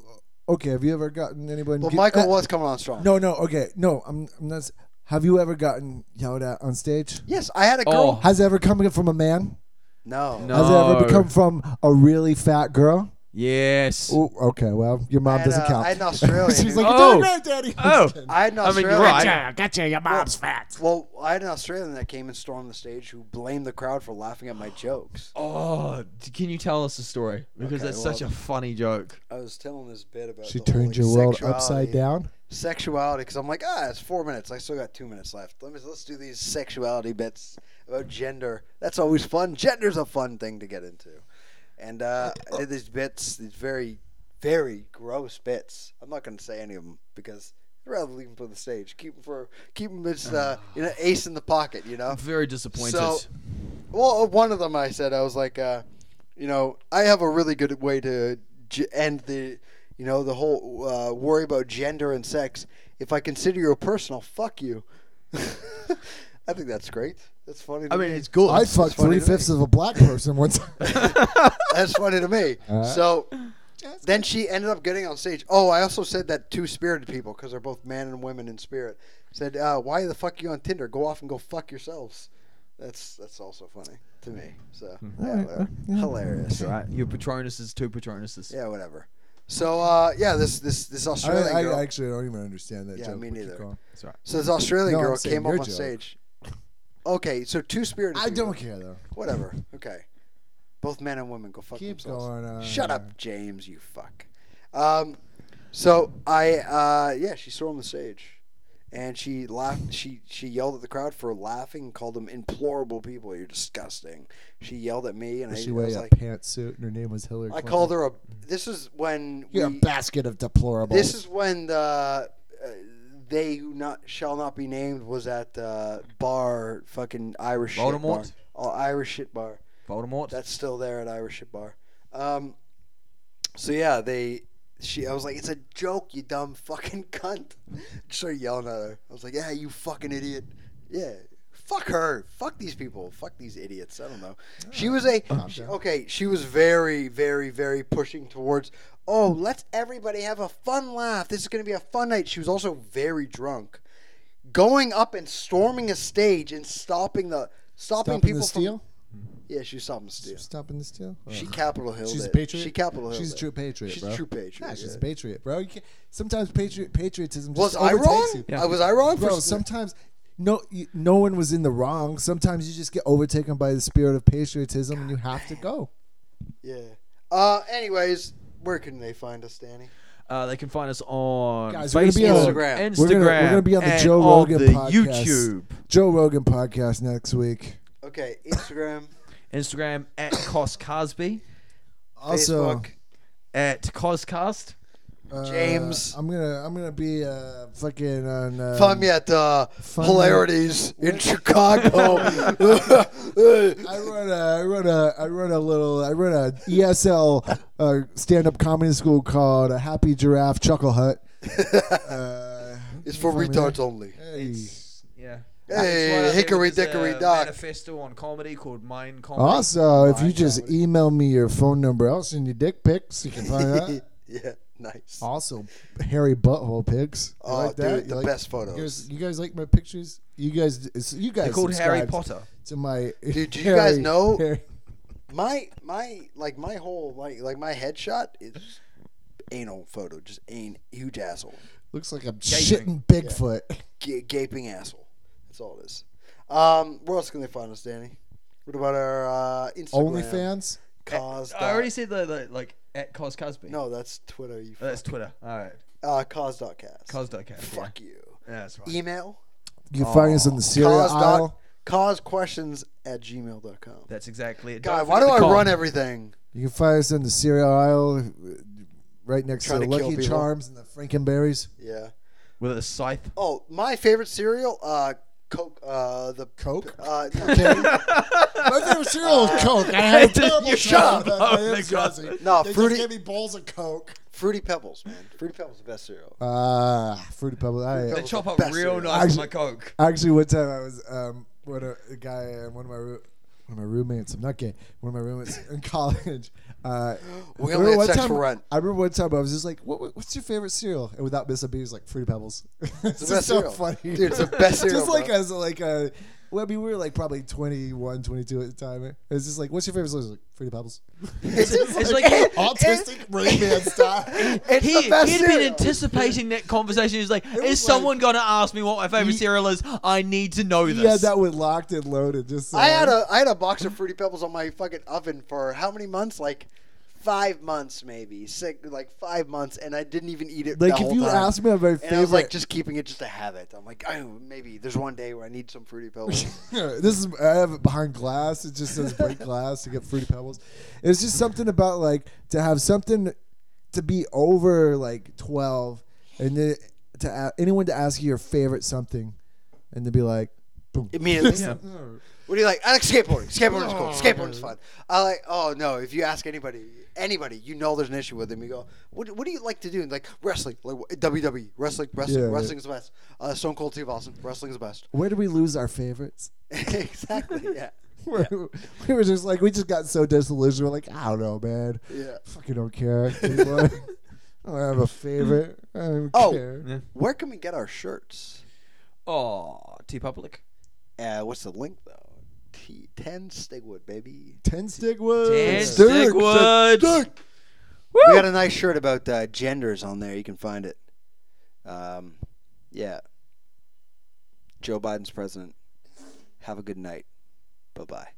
okay. Have you ever gotten anybody? Well, Michael uh, was coming on strong. No, no. Okay, no. I'm. I'm not. s- Have you ever gotten yelled at on stage? Yes, I had a girl. Oh. Has it ever come from a man? No. No. Has it ever No. become from a really fat girl? yes. Ooh, okay, well, your mom I had, doesn't uh, count. I had an Australian. She's who- like, you're doing Oh. great, daddy. I'm Oh. just kidding. I had an I mean, Australian. you're right. Yeah, gotcha. Your mom's fat. Well, I had an Australian that came and stormed the stage who blamed the crowd for laughing at my jokes. Oh, d- can you tell us the story? Because Okay, that's such a well- funny joke. I was telling this bit about She the whole, turned like, your world sexuality- upside down. Sexuality, because I'm like, ah, it's four minutes. I still got two minutes left. Let me let's do these sexuality bits about gender. That's always fun. Gender's a fun thing to get into, and uh, I did these bits, these very, very gross bits. I'm not going to say any of them because I'd rather leave them for the stage. Keep them for keep them as uh, you know, ace in the pocket. You know, I'm very disappointed. So, well, uh, one of them I said I was like, uh, you know, I have a really good way to g- end the, you know, the whole uh, worry about gender and sex. If I consider you a person, I'll fuck you. I think that's great. That's funny. To I mean, me. it's good. I fucked funny three to fifths me. of a black person once. that's funny to me. Uh-huh. so then she ended up getting on stage. Oh, I also said that two spirited people because they're both man and women in spirit said, uh, "Why the fuck are you on Tinder? Go off and go fuck yourselves." That's that's also funny to me. So Hmm. yeah, whatever. hilarious. right? Your Patronus is two Patronuses. Yeah, whatever. So uh, yeah, this this this I, Australian girl. I actually don't even understand that Yeah, joke. me but keep neither. going. That's right. so this Australian No, I'm girl saying came up on your joke. stage. Okay, so two spirited. I don't care though. Whatever. Okay. Both men and women go fuck Keep themselves. going uh, on. Shut up, James. You fuck. Um, so I uh, yeah, she saw him on the stage, and she laughed. She she yelled at the crowd for laughing, called them implorable people. You're disgusting. She yelled at me, and I, She I wore a was like, pantsuit and her name was Hillary. I Clinton. called her a. This is when You're a we, basket of deplorables. This is when the uh, they who not shall not be named was at uh, bar fucking Irish Voldemort? shit bar. Oh, Irish shit bar. Voldemort. That's still there at Irish shit bar. Um, so yeah, they she I was like, it's a joke, you dumb fucking cunt. Started yelling at her. I was like, yeah, you fucking idiot. Yeah. Fuck her. Fuck these people. Fuck these idiots. I don't know. She was a she- okay. She was very, very, very pushing towards. Oh, let's everybody have a fun laugh. This is gonna be a fun night. She was also very drunk, going up and storming a stage and stopping the stopping, stopping people the from- steal. yeah, she was stopping steal. Stopping the steal. She Ugh. Capitol Hill. She's a it. patriot. She Capitol Hill. She's a it. true patriot, She's a bro. true patriot. Nah, she's yeah. a patriot, bro. You can't, sometimes patriot patriotism. was Just I overtakes wrong? You. I was I wrong for Bro, sometimes no, you, no one was in the wrong. Sometimes you just get overtaken by the spirit of patriotism, and you have to go. yeah. Uh, anyways, where can they find us, Danny? Uh, they can find us on Guys, we're gonna be Facebook, on- Instagram. Instagram, We're gonna, we're gonna be on the and Joe on Rogan the podcast. YouTube, Joe Rogan podcast next week. Okay, Instagram, Instagram at Cos Cosby, Also, um, Facebook. at Coscast. uh, James. I'm gonna I'm gonna be uh, fucking on. Um, Find me at uh, find me- Hilarities in Chicago. I run a I run a I run a little I run a ESL uh, stand up comedy school called a Happy Giraffe Chuckle Hut. Uh, it's for find me retards only. there. Hey. Yeah. Hey, That's why hickory there's a dickory dock. uh, Manifesto on comedy called Mind Comedy. Also, if you Fine just comedy. email me your phone number, I'll send you dick pics. You can find that. yeah, nice. Also, hairy butthole pics. You Oh, like that? dude, You the like- best You photos. guys, you guys like my pictures? You guys, it's- you guys They're called Harry subscribed Potter. to my. Dude, do you guys hairy- know- hairy- my my like my whole like like my headshot is anal photo, just ain't huge asshole. looks like I'm Gaping. shitting Bigfoot. G- gaping asshole. That's all it is. Um, where else can they find us, Danny? What about our uh, Instagram? OnlyFans. Cause. I already said the, the like at Cos Cosby. No, that's Twitter. You Oh, that's fuck. Twitter. All right. Uh, cause.cast. Cos dot cat. Fuck you. Yeah, that's right. Email. You can find us on the cereal Cause. aisle. Oh. Dot, cause questions at gmail.com. That's exactly it. God, Don't why do forget I to call. run everything? You can find us on the cereal aisle, uh, right next to Trying the to kill Lucky people. Charms and the Frankenberries. Yeah. with a scythe? Oh, my favorite cereal, uh, Coke. Uh, the Coke? Uh, Okay. My favorite cereal is Coke. I had a terrible You job. shut up. Oh I am my God. Jersey. No, they Uh, fruity- just gave me bowls of Coke. Fruity Pebbles, man. Fruity Pebbles is the best cereal. Uh, Ah, fruity pebble. They I, chop up Best real cereal. nice with my coke. actually, one time I was um, when a, a guy, uh, one of my roo- one of my roommates. I'm not gay. One of my roommates in college. Uh, We I only remember had one sex time- for rent. I remember one time I was just like, what, what- "What's your favorite cereal?" And without missing a beat, he was like, "Fruity Pebbles." it's best just so cereal. funny, Dude, it's the best cereal, just like bro. as like a, well, I mean, we were like probably 21, 22 at the time. It was just like, "What's your favorite cereal?" He was like, "Fruity Pebbles." It's, it's like, Autistic Rain Man style. It's he, the he had best been cereal. anticipating that conversation. He's like, was "Is like- someone gonna ask me what my favorite cereal is? I need to know this." Yeah, that one locked and loaded. Just so I had a I had a box of Fruity Pebbles on my fucking oven for how many months? Like five months, maybe six, like five months, and I didn't even eat it. the like if whole you time. asked me my very and I was favorite. like just keeping it just to have it. I'm like, oh, maybe there's one day where I need some Fruity Pebbles. this is I have it behind glass. It just says break glass to get fruity pebbles. It's just something about like to have something to be over like twelve, and then to a- anyone to ask you your favorite something, and to be like, boom. Immediately. Yeah. What do you like? I like skateboarding. Skateboarding's Oh, cool. Skateboarding's fun. I like. Oh no! If you ask anybody, anybody, you know there's an issue with them. You go, what, what do you like to do? And like wrestling, like WWE, wrestling, wrestling, Yeah, yeah. wrestling's the best. Uh, Stone Cold Steve Austin, wrestling's the best. Where do we lose our favorites? exactly. Yeah. We're- We were just like we just got so disillusioned. We're like, I don't know, man. Yeah. Fucking don't care. anymore. I don't have a favorite. I don't Oh. care. Where can we get our shirts? Oh, T Public. Uh, what's the link though? T ten Stigwood baby. Ten stick wood. Dan Stick. Stigwood. We got a nice shirt about uh, genders on there. You can find it. Um, yeah. Joe Biden's president. Have a good night. Bye bye.